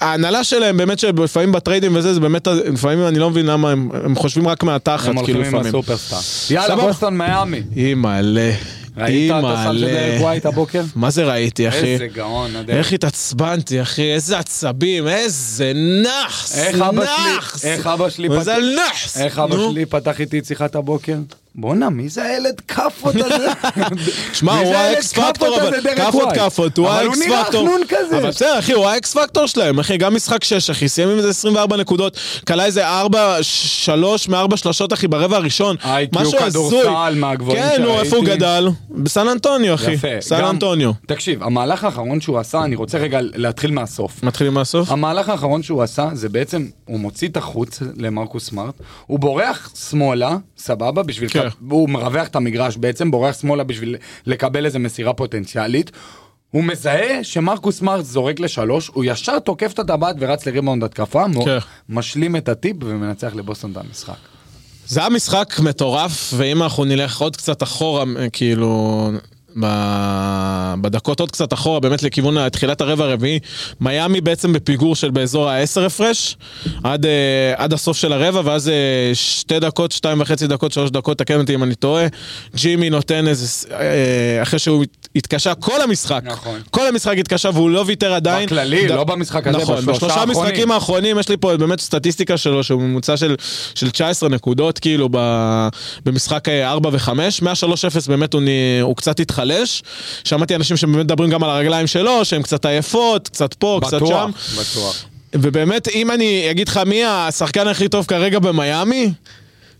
Speaker 1: אה, ההנהלה שלהם, באמת שלפעמים בטריידים וזה, זה באמת, לפעמים אני לא מבין למה הם הם חושבים רק מהתחת,
Speaker 2: הם
Speaker 1: כאילו
Speaker 2: הולכים
Speaker 1: לפעמים.
Speaker 2: עם הסופרסטאר. יאללה,
Speaker 1: סבבה.
Speaker 2: בוסטון מיאמי.
Speaker 1: אימא'לה,
Speaker 2: ראית את הסל של דרק
Speaker 1: אימא'לה.
Speaker 2: ווייט הבוקר?
Speaker 1: מה זה ראיתי, אחי?
Speaker 2: איזה גאון, הדרך.
Speaker 1: איך התעצבנתי, אחי, איזה עצבים, איזה נאחס,
Speaker 2: איך אבא שלי-
Speaker 1: נאחס.
Speaker 2: איך אבא שלי
Speaker 1: מה זה
Speaker 2: פתח-
Speaker 1: על נאחס?
Speaker 2: איך אבא
Speaker 1: נו.
Speaker 2: שלי פתח איתי את שיחת הבוקר? בואנה, מי זה הילד כאפות [LAUGHS] הזה?
Speaker 1: שמע,
Speaker 2: מי זה
Speaker 1: הוא
Speaker 2: הילד
Speaker 1: האקס פקטור,
Speaker 2: כאפות
Speaker 1: אבל
Speaker 2: הזה, דרק
Speaker 1: כאפות
Speaker 2: ווייט?
Speaker 1: כאפות, הוא
Speaker 2: אבל
Speaker 1: האקס
Speaker 2: הוא נראה
Speaker 1: פקטור.
Speaker 2: חנון כזה.
Speaker 1: אבל בסדר, אחי, הוא האקס פקטור שלהם, אחי, גם משחק 6, אחי, סיים עם איזה 24 נקודות, כלה איזה 4, 3 מארבע שלשות, אחי, ברבע הראשון.
Speaker 2: IQ
Speaker 1: משהו הזוי.
Speaker 2: כדורסל מהגבוהים
Speaker 1: כן, נו,
Speaker 2: שראיתי.
Speaker 1: איפה הוא גדל? בסן אנטוניו, אחי.
Speaker 2: יפה.
Speaker 1: סן
Speaker 2: גם-
Speaker 1: אנטוניו.
Speaker 2: תקשיב, המהלך האחרון שהוא עשה, אני רוצה רגע להתחיל מהסוף.
Speaker 1: מתחילים מהסוף?
Speaker 2: המהלך האחרון שהוא עשה זה בעצם, הוא מוציא את החוץ למרקוס סמארט, הוא בורח שמאלה, סבבה, בשביל...
Speaker 1: כן.
Speaker 2: קב- הוא מרווח את המגרש בעצם, בורח שמאלה בשביל לקבל איזה מסירה פוטנציאלית. הוא מזהה שמרקוס סמארט זורק לשלוש, הוא ישר תוקף את הטבעת ורץ לריבאונד התקפה, מ-
Speaker 1: כן.
Speaker 2: משלים את הטיפ ומנצח לבוסטון את המשחק.
Speaker 1: זה היה משחק מטורף, ואם אנחנו נלך עוד קצת אחורה, כאילו... ב- בדקות עוד קצת אחורה, באמת לכיוון ה- תחילת הרבע הרביעי, מיאמי בעצם בפיגור של באזור ה-10 הפרש, עד, אה, עד הסוף של הרבע, ואז אה, שתי דקות, שתיים וחצי דקות, שלוש דקות, תקן אותי אם אני טועה, ג'ימי נותן איזה, ס- אה, אחרי שהוא הת- התקשה כל המשחק,
Speaker 2: נכון.
Speaker 1: כל המשחק התקשה והוא לא ויתר עדיין.
Speaker 2: בכללי, לא במשחק הזה,
Speaker 1: נכון,
Speaker 2: בשלושה
Speaker 1: בשלושה
Speaker 2: האחרונים.
Speaker 1: המשחקים האחרונים יש לי פה באמת סטטיסטיקה שלו שהוא ממוצע של, של 19 נקודות כאילו ב, במשחק אה, 4 ו-5, מה-3-0 באמת הוא, נ- הוא קצת התחלש, שמעתי אנשים שבאמת מדברים גם על הרגליים שלו, שהן קצת עייפות, קצת פה, קצת
Speaker 2: בטוח,
Speaker 1: שם,
Speaker 2: בטוח.
Speaker 1: ובאמת אם אני אגיד לך מי השחקן הכי טוב כרגע במיאמי,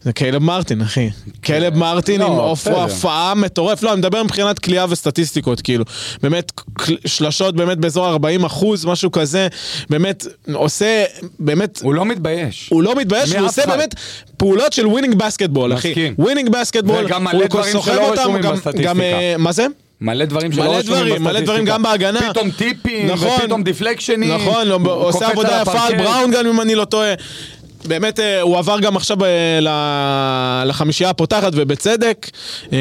Speaker 1: זה קלב מרטין, אחי. קלב מרטין
Speaker 2: לא,
Speaker 1: עם אוף-
Speaker 2: בסדר.
Speaker 1: הופעה מטורף. לא, אני מדבר מבחינת כליאה וסטטיסטיקות, כאילו. באמת, כל- שלשות באמת באזור 40 אחוז, משהו כזה. באמת, עושה, באמת...
Speaker 2: הוא לא מתבייש.
Speaker 1: הוא לא מתבייש,
Speaker 2: מאף
Speaker 1: הוא עושה
Speaker 2: אחד.
Speaker 1: באמת פעולות של ווינינג בסקטבול, אחי.
Speaker 2: מסכים.
Speaker 1: ווינינג בסקטבול,
Speaker 2: וגם מלא דברים
Speaker 1: סוחב
Speaker 2: שלא
Speaker 1: אותם,
Speaker 2: רשומים
Speaker 1: גם-
Speaker 2: בסטטיסטיקה.
Speaker 1: גם, אה, מה זה?
Speaker 2: מלא דברים שלא
Speaker 1: מלא
Speaker 2: רשומים
Speaker 1: דברים, מלא דברים גם
Speaker 2: בסטטיסטיקה.
Speaker 1: בהגנה.
Speaker 2: פתאום טיפים,
Speaker 1: נכון.
Speaker 2: ופתאום דיפלקשנים.
Speaker 1: נכון,
Speaker 2: הוא
Speaker 1: הוא
Speaker 2: קופץ
Speaker 1: עושה עבודה יפה על
Speaker 2: הפרקט.
Speaker 1: בראון גם אם אני לא טועה. באמת, אה, הוא עבר גם עכשיו אה, ל- לחמישייה הפותחת, ובצדק. אה,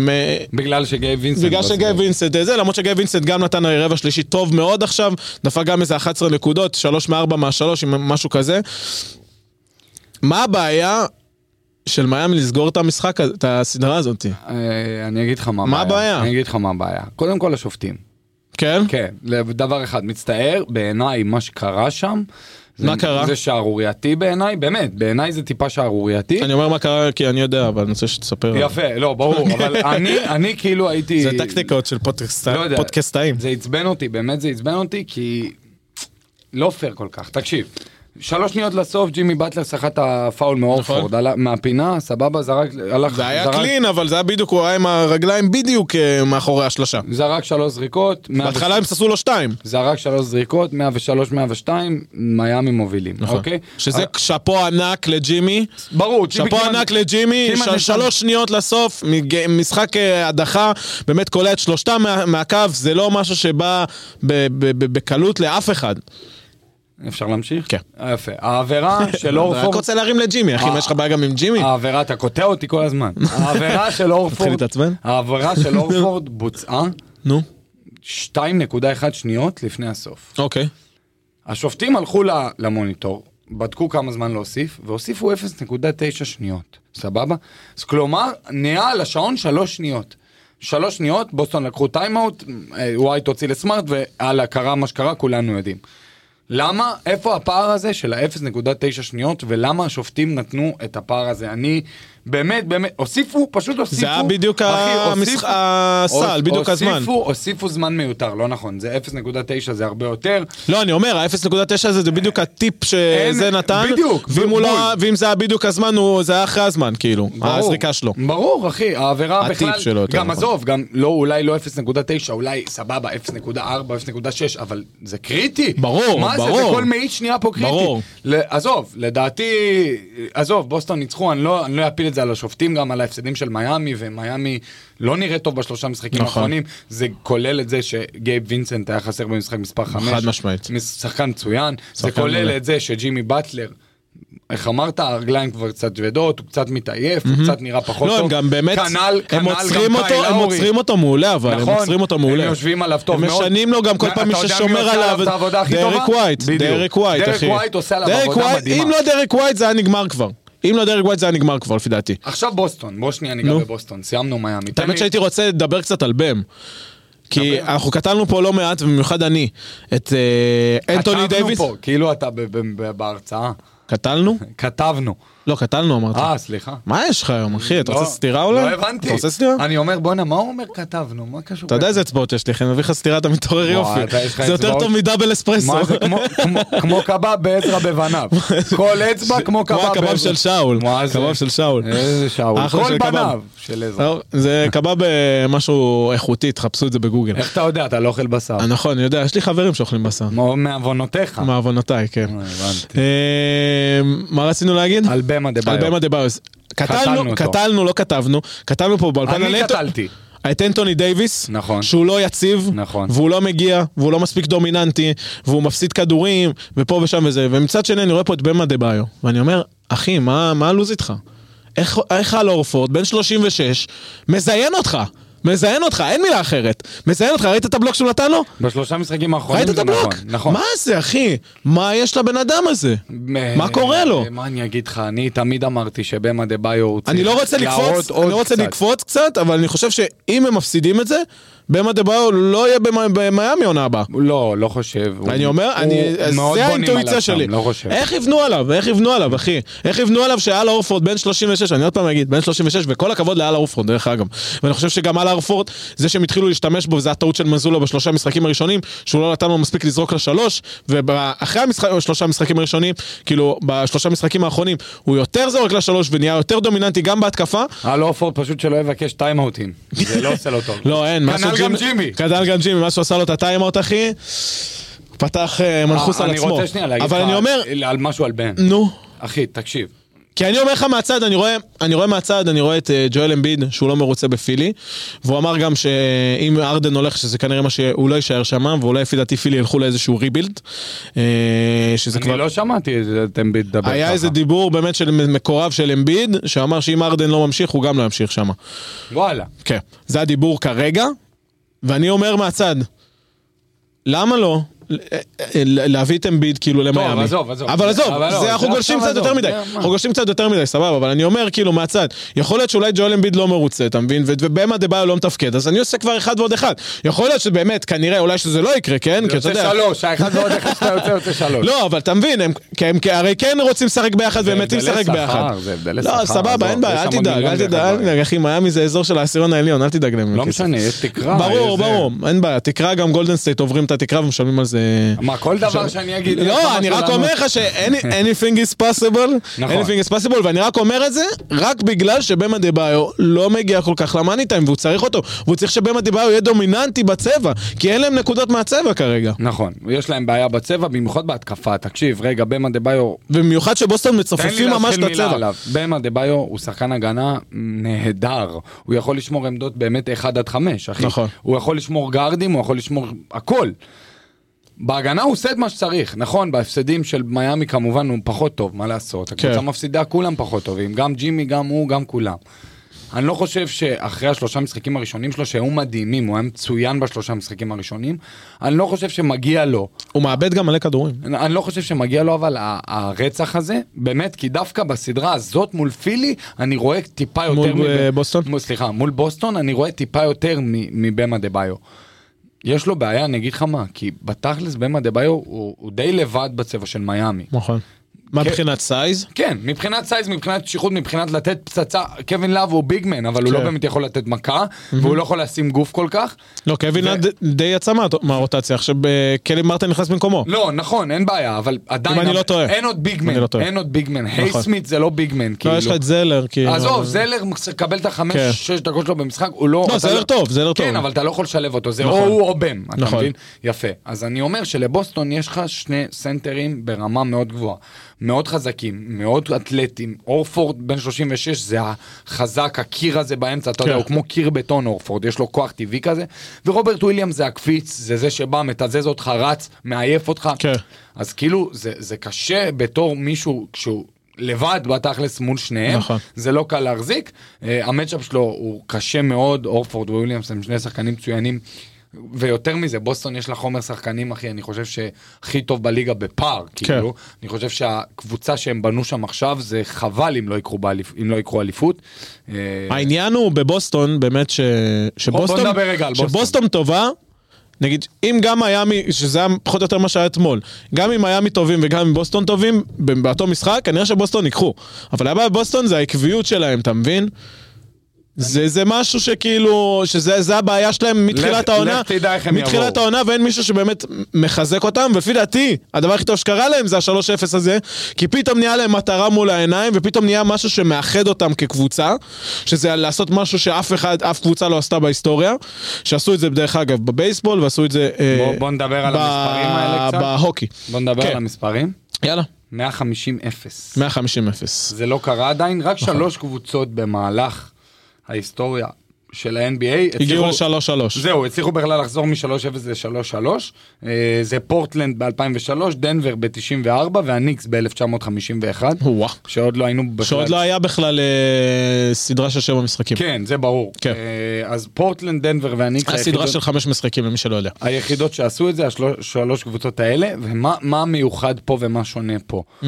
Speaker 1: מ-
Speaker 2: בגלל שגיי וינסנט.
Speaker 1: בגלל
Speaker 2: לא
Speaker 1: שגיא
Speaker 2: שיחק.
Speaker 1: וינסנט אה, זה, למרות שגיא וינסנט גם נתן רבע שלישי טוב מאוד עכשיו, דפק גם איזה 11 נקודות, 3 מ-4 מה-3, משהו כזה. מה הבעיה של מיאמי לסגור את המשחק, הזה- את הסדרה הזאת?
Speaker 2: אה, אני אגיד לך מה הבעיה.
Speaker 1: מה הבעיה?
Speaker 2: אני אגיד לך מה הבעיה. קודם כל השופטים.
Speaker 1: כן?
Speaker 2: כן, דבר אחד, מצטער, בעיניי מה שקרה שם. זה-
Speaker 1: מה קרה?
Speaker 2: זה שערורייתי בעיניי, באמת, בעיניי זה טיפה שערורייתי.
Speaker 1: אני אומר מה קרה כי אני יודע, אבל אני רוצה שתספר.
Speaker 2: יפה,
Speaker 1: [LAUGHS]
Speaker 2: לא, ברור, אבל אני, אני כאילו הייתי...
Speaker 1: זה טקטיקות של פודקאסט-
Speaker 2: לא יודע.
Speaker 1: פודקאסטאים.
Speaker 2: זה עצבן אותי, באמת זה עצבן אותי, כי לא פייר כל כך. תקשיב, שלוש שניות לסוף, ג'ימי באטלר סחט את הפאול מאורפורד, עלה- מהפינה, סבבה, זרק, הלך,
Speaker 1: נכון. זה היה
Speaker 2: זרק-
Speaker 1: קלין, אבל זה היה בדיוק, הוא היה עם הרגליים בדיוק אה, מאחורי השלשה.
Speaker 2: זרק שלוש זריקות, מאה ו-
Speaker 1: בהתחלה הם ססו לו שתיים.
Speaker 2: זרק שלוש זריקות, 103, 102, מיאמי מובילים, אוקיי?
Speaker 1: נכון. שזה
Speaker 2: אה,
Speaker 1: שאפו ענק לג'ימי.
Speaker 2: ברור, ג'ימי
Speaker 1: שאפו
Speaker 2: כמעט-
Speaker 1: ענק לג'ימי,
Speaker 2: כמעט
Speaker 1: של-
Speaker 2: ניצח.
Speaker 1: שלוש שניות לסוף, מג- משחק אה, הדחה, באמת קולע את שלושתם מה- מהקו, זה לא משהו שבא ב- ב- ב- בקלות לאף אחד.
Speaker 2: אפשר להמשיך? אה,
Speaker 1: כן.
Speaker 2: יפה.
Speaker 1: [LAUGHS]
Speaker 2: העבירה של
Speaker 1: רק
Speaker 2: אורפורד...
Speaker 1: רוצה להרים לג'ימי, אחי,
Speaker 2: אה.
Speaker 1: מה יש לך בעיה גם עם ג'ימי?
Speaker 2: העבירה, אתה קוטע אותי כל הזמן.
Speaker 1: [LAUGHS]
Speaker 2: העבירה של
Speaker 1: מתחיל
Speaker 2: אורפורד...
Speaker 1: להתעצבן?
Speaker 2: העבירה
Speaker 1: [LAUGHS]
Speaker 2: של אורפורד בוצעה
Speaker 1: נו,
Speaker 2: 2.1 שניות לפני הסוף.
Speaker 1: אוקיי.
Speaker 2: השופטים הלכו ל- למוניטור, בדקו כמה זמן להוסיף, והוסיפו 0.9 שניות, סבבה? אז כלומר, נהיה על השעון 3 שניות. שלוש שניות, בוסטון לקחו טיימאוט, אה, ווייט הוציא לסמארט, והלאה, קרה מה שקרה, כולנו יודעים. למה, איפה הפער הזה של ה-0.9 שניות, ולמה השופטים נתנו את הפער הזה? אני באמת, באמת, הוסיפו, פשוט הוסיפו.
Speaker 1: זה היה בדיוק
Speaker 2: אחי,
Speaker 1: המשח-
Speaker 2: הוסיפו-
Speaker 1: הסל, בדיוק הזמן.
Speaker 2: הוסיפו, הוסיפו זמן מיותר, לא נכון, זה 0.9 זה הרבה יותר.
Speaker 1: לא, אני אומר, ה-0.9 הזה זה בדיוק הטיפ שזה
Speaker 2: אין-
Speaker 1: נתן.
Speaker 2: בדיוק,
Speaker 1: ואם הוא
Speaker 2: בול.
Speaker 1: לא- ואם זה היה בדיוק הזמן, הוא- זה היה אחרי הזמן, כאילו.
Speaker 2: ברור.
Speaker 1: הזריקה שלו.
Speaker 2: ברור, אחי, העבירה
Speaker 1: הטיפ
Speaker 2: בכלל,
Speaker 1: שלו יותר
Speaker 2: גם
Speaker 1: נכון.
Speaker 2: עזוב, גם לא, אולי לא 0.9, אולי סבבה, 0.4, 0.6, אבל זה קריטי.
Speaker 1: ברור,
Speaker 2: מה מה זה,
Speaker 1: ברור.
Speaker 2: זה כל מאית שנייה פה קריטי.
Speaker 1: ברור.
Speaker 2: ל- עזוב, לדעתי, עזוב, בוסטון ניצחו, אני לא, אני לא אפיל את זה על השופטים, גם על ההפסדים של מיאמי, ומיאמי לא נראה טוב בשלושה משחקים
Speaker 1: נכון.
Speaker 2: האחרונים, זה כולל את זה שגייב וינסנט היה חסר במשחק מספר 5.
Speaker 1: חד משמעית.
Speaker 2: שחקן מצוין, זה
Speaker 1: שחקן מעולה.
Speaker 2: כולל את זה שג'ימי באטלר, איך אמרת, הרגליים כבר קצת כבדות, הוא קצת מתעייף, הוא קצת נראה פחות
Speaker 1: לא,
Speaker 2: טוב.
Speaker 1: הם גם באמת,
Speaker 2: כנ"ל,
Speaker 1: הם
Speaker 2: כנ"ל
Speaker 1: עוצרים
Speaker 2: גם
Speaker 1: אותו,
Speaker 2: קייל
Speaker 1: הם
Speaker 2: לאורי.
Speaker 1: עוצרים אותו מעולה, אבל הם
Speaker 2: נכון,
Speaker 1: עוצרים אותו מעולה.
Speaker 2: הם יושבים עליו טוב
Speaker 1: הם
Speaker 2: מאוד.
Speaker 1: משנים לו גם כל פעם מי
Speaker 2: אתה יודע
Speaker 1: ששומר
Speaker 2: עושה
Speaker 1: עליו,
Speaker 2: את העבודה הכי
Speaker 1: דרק
Speaker 2: טובה?
Speaker 1: ווייט,
Speaker 2: בדיוק.
Speaker 1: דרק ווייט,
Speaker 2: דרק
Speaker 1: אחי.
Speaker 2: ווייט עושה עליו
Speaker 1: דרק
Speaker 2: עבודה
Speaker 1: ווייט,
Speaker 2: מדהימה.
Speaker 1: אם לא דרק ווייט זה היה נגמר כבר. אם לא דרק ווייט זה היה נגמר כבר, לפי דעתי.
Speaker 2: עכשיו בוסטון, בוא שנייה ניגע
Speaker 1: נו.
Speaker 2: בבוסטון, סיימנו מיאמי. תן
Speaker 1: האמת
Speaker 2: לי-
Speaker 1: שהייתי רוצה לדבר קצת על בם. כי
Speaker 2: דבר.
Speaker 1: אנחנו קטלנו פה לא מעט, ובמיוחד אני, את אה, אנטוני
Speaker 2: כתבנו
Speaker 1: דייוויס.
Speaker 2: פה, כאילו אתה ב- ב- ב- בהרצאה.
Speaker 1: קטלנו?
Speaker 2: כתבנו.
Speaker 1: לא, קטלנו אמרת.
Speaker 2: אה, סליחה.
Speaker 1: מה יש לך היום, אחי? אתה רוצה
Speaker 2: לא,
Speaker 1: סטירה אולי?
Speaker 2: לא הבנתי.
Speaker 1: אתה רוצה סטירה?
Speaker 2: אני אומר, בואנה, מה הוא אומר כתבנו? מה קשור?
Speaker 1: אתה יודע
Speaker 2: כתבנו?"
Speaker 1: איזה אצבעות יש לי, אחי, אני מביא לך סטירה, אתה מתעורר
Speaker 2: וואי,
Speaker 1: יופי.
Speaker 2: אתה, יש לך
Speaker 1: זה יותר
Speaker 2: אצבעות?
Speaker 1: טוב מדאבל אספרסו.
Speaker 2: מה זה כמו- כמו- כמו קבב בעזרה
Speaker 1: [LAUGHS]
Speaker 2: בבניו. כל אצבע כמו קבב
Speaker 1: כמו הקבב
Speaker 2: בעזרה.
Speaker 1: של שאול.
Speaker 2: מה זה?
Speaker 1: קבב של שאול.
Speaker 2: איזה שאול.
Speaker 1: אחלה
Speaker 2: כל
Speaker 1: של קבב.
Speaker 2: בניו של עזרא.
Speaker 1: טוב, זה קבב אה, משהו איכותי, תחפשו את זה בגוגל.
Speaker 2: איך אתה יודע? אתה לא אוכל בשר.
Speaker 1: אה, נכון, אני יודע, יש לי חברים שאוכלים בשר.
Speaker 2: מ- מעוונותיך.
Speaker 1: מעוונותיי, כן.
Speaker 2: אה, הבנתי.
Speaker 1: אה, מה רצינו להגיד?
Speaker 2: על במה דה
Speaker 1: על במה דה ביוס.
Speaker 2: קטלנו
Speaker 1: קטלנו,
Speaker 2: אותו.
Speaker 1: קטלנו, לא כתבנו, כתבנו פה באולפן
Speaker 2: אני
Speaker 1: על אנטו-
Speaker 2: קטלתי.
Speaker 1: את אנטוני דייוויס,
Speaker 2: נכון.
Speaker 1: שהוא לא יציב,
Speaker 2: נכון.
Speaker 1: והוא לא מגיע, והוא לא מספיק דומיננטי, והוא מפסיד כדורים, ופה ושם וזה, ומצד שני אני רואה פה את במה דה ביו, ואני אומר, אחי, מה מה הלו"ז איתך? איך- איך על אורפורד, בן 36, מזיין אותך, מזיין אותך, אין מילה אחרת, מזיין אותך, ראית את הבלוק שהוא נתן לו?
Speaker 2: בשלושה משחקים האחרונים
Speaker 1: ראית את
Speaker 2: זה
Speaker 1: הבלוק?
Speaker 2: נכון. נכון.
Speaker 1: מה זה, אחי? מה יש לבן אדם הזה?
Speaker 2: אה,
Speaker 1: מה קורה לו?
Speaker 2: מה אני אגיד לך, אני תמיד אמרתי שבמה דה ביו הוא צריך
Speaker 1: אני לא רוצה לקפוץ,
Speaker 2: להראות עוד
Speaker 1: אני לא רוצה
Speaker 2: קצת.
Speaker 1: לקפוץ קצת, אבל אני חושב שאם הם מפסידים את זה, במה דה ביו לא יהיה במ- במיאמי עונה הבאה.
Speaker 2: לא, לא חושב. הוא-
Speaker 1: אני אומר,
Speaker 2: הוא
Speaker 1: אני,
Speaker 2: מאוד
Speaker 1: זה
Speaker 2: בונים עליו
Speaker 1: האינטואיציה שלי.
Speaker 2: שם, לא חושב.
Speaker 1: איך יבנו עליו? איך יבנו עליו, אחי? איך יבנו עליו שאל אורפורד בן 36, אני עוד פעם אגיד, בן 36, וכל הכבוד לאל אורפורד, דרך אגב. ואני חושב שגם אל אורפורד, זה שהם התחילו להשתמש בו, וזה הטעות של מזולה בשלושה המשחקים הראשונים, שהוא לא נתן לו מספיק לזרוק לשלוש, ואחרי המשחק, שלושה המשחקים הראשונים, כאילו, בשלושה המשחקים האחרונים, הוא יותר זורק לשלוש ונהיה יותר דומיננטי גם בהתקפה.
Speaker 2: הל אורפורד אה, לא, פשוט שלא יבקש טיימאוטים. זה לא עושה לו טוב.
Speaker 1: לא, אין, מה
Speaker 2: כנ"ל גם ג'ימי.
Speaker 1: כנ"ל גם ג'ימי, מה שהוא עשה לו את הטיימאוט, אחי, פתח אה, מנחוס על
Speaker 2: אני
Speaker 1: עצמו.
Speaker 2: רוצה שנייה להגיד לך
Speaker 1: אבל אני אומר,
Speaker 2: על משהו על בן.
Speaker 1: נו.
Speaker 2: אחי, תקשיב.
Speaker 1: כי אני אומר לך מהצד, אני רואה, אני רואה מהצד, אני רואה את אה, ג'ואל אמביד, שהוא לא מרוצה בפילי, והוא אמר גם שאם ארדן הולך, שזה כנראה מה שהוא לא יישאר שם, ואולי לפי דעתי פילי ילכו לאיזשהו ריבילד, אה, שזה
Speaker 2: אני
Speaker 1: כבר...
Speaker 2: לא שמעתי את זה, אתם מדבר ככה.
Speaker 1: היה איזה דיבור באמת של מקורב של אמביד, שאמר שאם ארדן לא ממשיך, הוא גם לא ימשיך שם.
Speaker 2: וואלה.
Speaker 1: כן, זה הדיבור כרגע, ואני אומר מהצד, למה לא? ל- ל- להביא את אמביד כאילו למיאמי.
Speaker 2: עזוב, עזוב.
Speaker 1: אבל עזוב,
Speaker 2: אבל לא,
Speaker 1: זה
Speaker 2: זה
Speaker 1: אנחנו גולשים
Speaker 2: עכשיו
Speaker 1: קצת יותר
Speaker 2: עזוב,
Speaker 1: מדי.
Speaker 2: זה מה?
Speaker 1: אנחנו גולשים קצת יותר מדי, סבבה, אבל אני אומר כאילו מהצד, יכול להיות שאולי ג'ואל אמביד לא מרוצה, אתה מבין? ו- ובהמה דה ביו לא מתפקד, אז אני עושה כבר אחד ועוד אחד. יכול להיות שבאמת, כנראה, אולי שזה לא יקרה, כן? כי אתה
Speaker 2: יוצא
Speaker 1: יודע...
Speaker 2: שלוש, האחד ועוד אחד שאתה יוצא יוצא שלוש.
Speaker 1: לא, אבל אתה מבין, הם, כי הם כי הרי כן רוצים לשחק ביחד והם מתים
Speaker 2: הבדלי
Speaker 1: לשחק
Speaker 2: שכר,
Speaker 1: ביחד.
Speaker 2: זה
Speaker 1: לא,
Speaker 2: הבדלי שכר, עזוב,
Speaker 1: סבבה, אין בעיה,
Speaker 2: יש
Speaker 1: אל
Speaker 2: שם
Speaker 1: תדאג, אל
Speaker 2: מיליון ואחד
Speaker 1: תדאג, אל
Speaker 2: דברים.
Speaker 1: תדאג, אחי, מיאמי זה אזור של העשירון העליון, אל תדאג להם.
Speaker 2: לא
Speaker 1: לכסף.
Speaker 2: משנה, יש תקרה.
Speaker 1: ברור,
Speaker 2: יש זה.
Speaker 1: ברור, אין בעיה, תקרא גם גולדן סטייט עוברים את התקרה ומשלמים על זה...
Speaker 2: מה, כל דבר שאני אגיד... יש לך
Speaker 1: לא, אני
Speaker 2: משהו
Speaker 1: רק
Speaker 2: לענות?
Speaker 1: אומר לך
Speaker 2: [LAUGHS]
Speaker 1: ש-anything is possible,
Speaker 2: נכון.
Speaker 1: anything is possible, ואני רק אומר את זה רק בגלל שבמה דה ביו לא מגיע כל כך למאני טיים, והוא צריך אותו, והוא צריך שבמה דה ביו יהיה דומיננטי בצבע, כי אין להם נקודות מהצבע כרגע.
Speaker 2: נכון, יש להם בעיה בצבע, במיוחד בהתקפה. תקשיב, רגע, במה דה ביו...
Speaker 1: במיוחד שבוסטון מצופפים ממש את הצבע.
Speaker 2: במה דה ביו הוא שחקן הגנה נהדר. הוא יכול לשמור עמדות באמת 1 עד 5, אחי.
Speaker 1: נכון.
Speaker 2: הוא יכול לשמור גארדים, הוא יכול לשמור הכל. בהגנה הוא עושה את מה שצריך, נכון, בהפסדים של מיאמי כמובן הוא פחות טוב, מה לעשות, הקבוצה
Speaker 1: כן.
Speaker 2: מפסידה כולם פחות טובים, גם ג'ימי, גם הוא, גם כולם. אני לא חושב שאחרי השלושה משחקים הראשונים שלו, שהיו מדהימים, הוא היה מצוין בשלושה משחקים הראשונים, אני לא חושב שמגיע לו
Speaker 1: הוא מאבד גם מלא כדורים.
Speaker 2: אני אני לא חושב שמגיע לו אבל ה- הרצח הזה, באמת, כי דווקא בסדרה הזאת מול פילי, אני רואה טיפה יותר...
Speaker 1: מול, אה, בוסטון?
Speaker 2: מול, סליחה, מול בוסטון אני רואה טיפה יותר מ- מבמה דה ביו. יש לו בעיה, אני אגיד לך מה, כי בתכלס במה דה ביו הוא, הוא די לבד בצבע של מיאמי.
Speaker 1: נכון. מה
Speaker 2: כן.
Speaker 1: מבחינת סייז?
Speaker 2: כן, מבחינת סייז, מבחינת שיחות, מבחינת לתת פצצה, קווין לאב הוא ביגמן, אבל הוא
Speaker 1: כן.
Speaker 2: לא באמת יכול לתת מכה, והוא לא יכול לשים גוף כל כך.
Speaker 1: לא, קווין
Speaker 2: ו-
Speaker 1: לאד די יצא מה- מהרוטציה, עכשיו אה, קלי מרטין נכנס במקומו.
Speaker 2: לא, נכון, אין בעיה, אבל עדיין...
Speaker 1: אני לא טועה.
Speaker 2: אין עוד
Speaker 1: אני
Speaker 2: ביגמן,
Speaker 1: לא טועה.
Speaker 2: אין עוד ביגמן. היי
Speaker 1: נכון.
Speaker 2: סמית זה לא ביגמן, כאילו.
Speaker 1: לא, יש לך את זלר, כאילו.
Speaker 2: עזוב, זלר מקבל את החמש,
Speaker 1: כן.
Speaker 2: שש דקות שלו במשחק, הוא לא...
Speaker 1: לא,
Speaker 2: אתה
Speaker 1: זלר טוב, זלר טוב.
Speaker 2: כן, אבל אתה לא יכול לשלב אותו, זה
Speaker 1: נכון.
Speaker 2: או הוא או בם, אתה
Speaker 1: נכון.
Speaker 2: מבין? יפה. אז אני אומר שלבוסטון יש לך שני סנטרים ברמה מאוד גבוהה. מאוד חזקים, מאוד אתלטים. אורפורד בן 36 זה החזק, הקיר הזה באמצע, אתה יודע,
Speaker 1: כן.
Speaker 2: הוא כמו קיר בטון אורפורד, יש לו כוח טבעי כזה. ורוברט וויליאם זה הקפיץ, זה זה שבא, מתזז אותך, רץ, מעייף אותך.
Speaker 1: כן.
Speaker 2: אז כאילו, זה, זה קשה בתור מישהו כשהוא... לבד בתכלס מול שניהם,
Speaker 1: נכון.
Speaker 2: זה לא קל להחזיק. Uh, המצ'אפ שלו הוא קשה מאוד, אורפורד וויליאמס הם שני שחקנים מצוינים. ויותר מזה, בוסטון יש לה חומר שחקנים, אחי, אני חושב שהכי טוב בליגה בפער,
Speaker 1: כן.
Speaker 2: כאילו. אני חושב שהקבוצה שהם בנו שם עכשיו, זה חבל אם לא יקחו, באליפ... אם לא יקחו אליפות. אה,
Speaker 1: העניין הוא בבוסטון, באמת ש... שבוסטון,
Speaker 2: נדבר רגע על בוסטון.
Speaker 1: שבוסטון טובה, נגיד, אם גם מיאמי, שזה היה פחות או יותר מה שהיה אתמול, גם אם מיאמי טובים וגם אם בוסטון טובים, ב- באותו משחק, כנראה שבוסטון ייקחו. אבל הבעיה בבוסטון זה העקביות שלהם, אתה מבין? זה, זה משהו שכאילו, שזה זה הבעיה שלהם מתחילת
Speaker 2: לך-
Speaker 1: העונה,
Speaker 2: לך תדע איך הם יבואו.
Speaker 1: מתחילת העונה ואין מישהו שבאמת מחזק אותם, ולפי דעתי, הדבר הכי טוב שקרה להם זה ה-3-0 הזה, כי פתאום נהיה להם מטרה מול העיניים, ופתאום נהיה משהו שמאחד אותם כקבוצה, שזה לעשות משהו שאף אחד, אף קבוצה לא עשתה בהיסטוריה, שעשו את זה דרך אגב בבייסבול, ועשו את זה... אה,
Speaker 2: בוא- בוא נדבר על
Speaker 1: ב-
Speaker 2: המספרים האלה קצת.
Speaker 1: בהוקי.
Speaker 2: בוא נדבר
Speaker 1: כן.
Speaker 2: על המספרים.
Speaker 1: יאללה.
Speaker 2: 150-0.
Speaker 1: 150-0.
Speaker 2: זה לא קרה עדיין, רק
Speaker 1: נכון.
Speaker 2: שלוש קבוצות במהלך ההיסטוריה של ה-NBA
Speaker 1: הגיעו ל-3-3.
Speaker 2: זהו, הצליחו בכלל לחזור מ-3-0 ל-3-3. אה, זה פורטלנד ב-2003, דנבר ב-94 והניקס ב-1951,
Speaker 1: וואו.
Speaker 2: שעוד לא היינו בכלל...
Speaker 1: שעוד לא היה בכלל אה, סדרה של שבע משחקים.
Speaker 2: כן, זה ברור.
Speaker 1: כן.
Speaker 2: אה, אז פורטלנד, דנבר והניקס
Speaker 1: הסדרה
Speaker 2: היחידות-
Speaker 1: של חמש משחקים למי שלא יודע.
Speaker 2: היחידות שעשו את זה, השלוש שלוש קבוצות האלה, ומה מה מיוחד פה ומה שונה פה.
Speaker 1: Mm.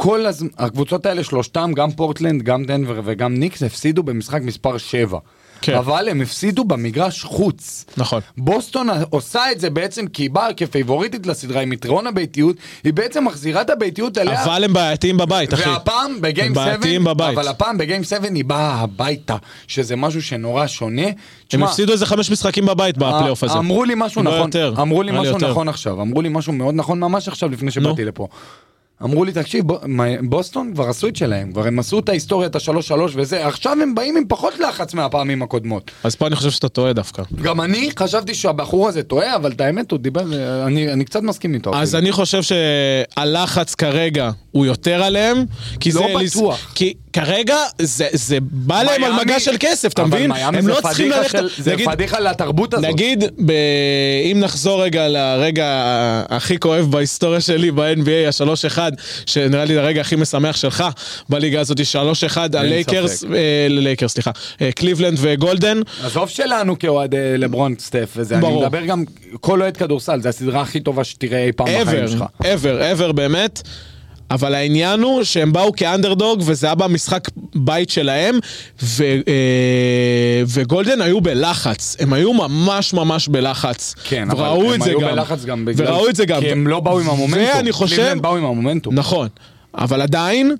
Speaker 2: כל הזמן, הקבוצות האלה, שלושתם, גם פורטלנד, גם דנבר וגם ניקס, הפסידו במשחק מספר 7.
Speaker 1: כן.
Speaker 2: אבל הם הפסידו במגרש חוץ.
Speaker 1: נכון.
Speaker 2: בוסטון עושה את זה בעצם כי היא באה כפייבוריטית לסדרה עם יתרון הביתיות, היא בעצם מחזירה את הביתיות אליה.
Speaker 1: אבל הם בעייתיים בבית, אחי.
Speaker 2: והפעם בגיים
Speaker 1: הם
Speaker 2: 7,
Speaker 1: בעייתיים בבית.
Speaker 2: אבל הפעם בגיים 7 היא באה הביתה, שזה משהו שנורא שונה.
Speaker 1: הם
Speaker 2: תשמע,
Speaker 1: הפסידו איזה חמש משחקים בבית בפלייאוף הזה.
Speaker 2: אמרו לי משהו
Speaker 1: לא
Speaker 2: נכון,
Speaker 1: יותר,
Speaker 2: אמרו לי
Speaker 1: נראה לי
Speaker 2: משהו
Speaker 1: יותר.
Speaker 2: נכון עכשיו, אמרו לי משהו מאוד נכון ממש עכשיו לפני שבאתי לפה. אמרו לי תקשיב בו- מה- בוסטון כבר עשו את שלהם כבר הם עשו את ההיסטוריה את השלוש שלוש וזה עכשיו הם באים עם פחות לחץ מהפעמים הקודמות.
Speaker 1: אז פה אני חושב שאתה טועה דווקא.
Speaker 2: גם אני חשבתי שהבחור הזה טועה אבל את האמת הוא דיבר אה, אני אני קצת מסכים איתו. כאילו.
Speaker 1: אז
Speaker 2: אפילו.
Speaker 1: אני חושב שהלחץ כרגע הוא יותר עליהם, כי
Speaker 2: לא
Speaker 1: זה...
Speaker 2: בטוח.
Speaker 1: כי כרגע זה- זה בא להם על
Speaker 2: מיאמי-
Speaker 1: מגש של כסף, אתה
Speaker 2: אבל
Speaker 1: מבין?
Speaker 2: מיאמי
Speaker 1: הם
Speaker 2: זה
Speaker 1: לא צריכים
Speaker 2: פדיחה
Speaker 1: ללכת...
Speaker 2: של- זה
Speaker 1: נגיד-
Speaker 2: פדיחה לתרבות הזאת.
Speaker 1: נגיד, ב... אם נחזור רגע לרגע הכי כואב בהיסטוריה שלי ב-NBA, ה-3-1, שנראה לי הרגע הכי משמח שלך בליגה הזאת, 3-1 הלייקרס,
Speaker 2: ספק.
Speaker 1: אה, לייקרס, סליחה, אה, קליבלנד וגולדן,
Speaker 2: עזוב שלנו כאוהד אה, לברון סטף וזה, אני
Speaker 1: ברור.
Speaker 2: מדבר גם כל אוהד כדורסל, זו הסדרה הכי טובה שתראה אי פעם בחיים
Speaker 1: ever,
Speaker 2: שלך.
Speaker 1: ever, ever באמת. אבל העניין הוא שהם באו כאנדרדוג, וזה היה במשחק בית שלהם, ו, אה, וגולדן היו בלחץ. הם היו ממש ממש בלחץ.
Speaker 2: כן, אבל
Speaker 1: וראו
Speaker 2: הם
Speaker 1: את זה
Speaker 2: היו
Speaker 1: גם.
Speaker 2: בלחץ גם בגלל...
Speaker 1: וראו את זה גם.
Speaker 2: כי הם לא באו עם המומנטום.
Speaker 1: ואני חושב...
Speaker 2: קליבלנד באו עם המומנטום.
Speaker 1: נכון, אבל עדיין,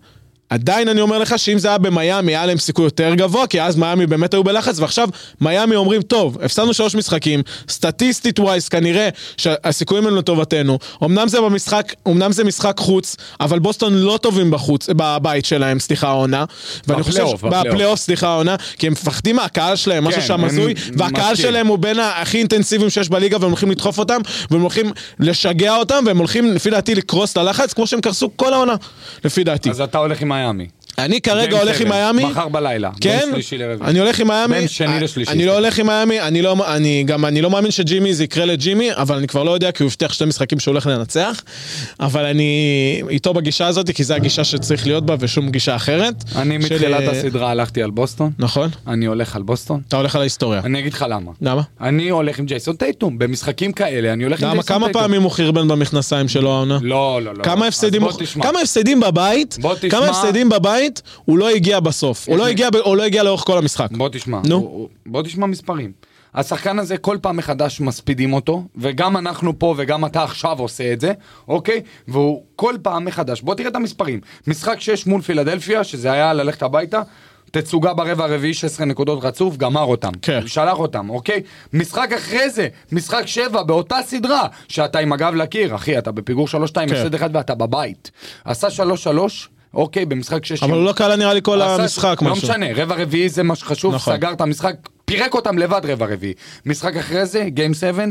Speaker 1: עדיין אני אומר לך שאם זה היה במיאמי, היה להם סיכוי יותר גבוה, כי אז מיאמי באמת היו בלחץ, ועכשיו מיאמי אומרים, טוב, הפסדנו שלוש משחקים, סטטיסטית ווייס כנראה שהסיכויים הם לטובתנו, אמנם זה במשחק, אמנם זה משחק חוץ, אבל בוסטון לא טובים בחוץ, בבית שלהם, סליחה העונה, ואני חושב,
Speaker 2: בפלייאוף, בפלייאוף.
Speaker 1: בפלייאוף, סליחה העונה, כי הם מפחדים מהקהל שלהם, משהו
Speaker 2: כן,
Speaker 1: שם
Speaker 2: הם-
Speaker 1: הזוי, והקהל
Speaker 2: מסכים.
Speaker 1: שלהם הוא בין הכי אינטנסיביים שיש בליגה, והם הולכים לדחוף אותם, והם הולכים לשגע אותם, והם הולכים, לפי דעתי, לקרוס ללחץ, כמו שהם קרסו כל העונה, לפי דעתי.
Speaker 2: אז אתה הולך עם מיאמי.
Speaker 1: אני כרגע
Speaker 2: Game
Speaker 1: הולך עם
Speaker 2: seven,
Speaker 1: מיאמי.
Speaker 2: מחר בלילה.
Speaker 1: כן,
Speaker 2: בין שלישי לרביעי.
Speaker 1: אני הולך עם מיאמי,
Speaker 2: בין שני
Speaker 1: אני-
Speaker 2: לשלישי,
Speaker 1: אני לא
Speaker 2: סליחה.
Speaker 1: הולך עם מיאמי, אני לא, אני גם, אני לא מאמין שג'ימי זה יקרה לג'ימי, אבל אני כבר לא יודע כי הוא הבטיח שתי משחקים שהוא הולך לנצח, אבל אני איתו בגישה הזאת, כי זו הגישה שצריך להיות בה ושום גישה אחרת.
Speaker 2: אני
Speaker 1: של- אה,
Speaker 2: מתחילת הסדרה הלכתי על בוסטון.
Speaker 1: נכון,
Speaker 2: אני הולך על בוסטון.
Speaker 1: אתה הולך על ההיסטוריה.
Speaker 2: אני אגיד לך למה.
Speaker 1: למה?
Speaker 2: אני הולך עם ג'ייסון טייטום. במשחקים כאלה אני הולך עם
Speaker 1: למה?
Speaker 2: ג'ייסון
Speaker 1: כמה
Speaker 2: טייטום.
Speaker 1: פעמים הוא חרבן במכנסיים שלו העונה?
Speaker 2: לא, לא, לא.
Speaker 1: כמה הפסדים,
Speaker 2: הוא...
Speaker 1: הוא- כמה הפסדים בבית,
Speaker 2: בוא תשמע.
Speaker 1: כמה הפסדים בבית, הוא לא הגיע בסוף, הוא לא
Speaker 2: הנה.
Speaker 1: הגיע ב- הוא לא הגיע לאורך כל המשחק.
Speaker 2: בוא תשמע,
Speaker 1: נו.
Speaker 2: נו. הוא, הוא, בוא תשמע מספרים. השחקן הזה כל פעם מחדש מספידים אותו, וגם אנחנו פה וגם אתה עכשיו עושה את זה, אוקיי? והוא כל פעם מחדש, בוא תראה את המספרים. משחק 6 מול פילדלפיה, שזה היה ללכת הביתה, תצוגה ברבע הרביעי 16 נקודות רצוף, גמר אותם.
Speaker 1: כן.
Speaker 2: שלח אותם, אוקיי? משחק אחרי זה, משחק 7 באותה סדרה, שאתה עם הגב לקיר, אחי, אתה בפיגור 3-2,
Speaker 1: כן.
Speaker 2: הפסד 1 ואתה בבית. עשה 3-3, אוקיי, במשחק 6
Speaker 1: אבל הוא לא קלע נראה לי כל
Speaker 2: עשה-
Speaker 1: המשחק
Speaker 2: לא
Speaker 1: משהו.
Speaker 2: משנה, רבע רביעי זה מה שחשוב,
Speaker 1: נכון.
Speaker 2: סגר את המשחק, פירק אותם לבד רבע רביעי. משחק אחרי זה, גיים 7,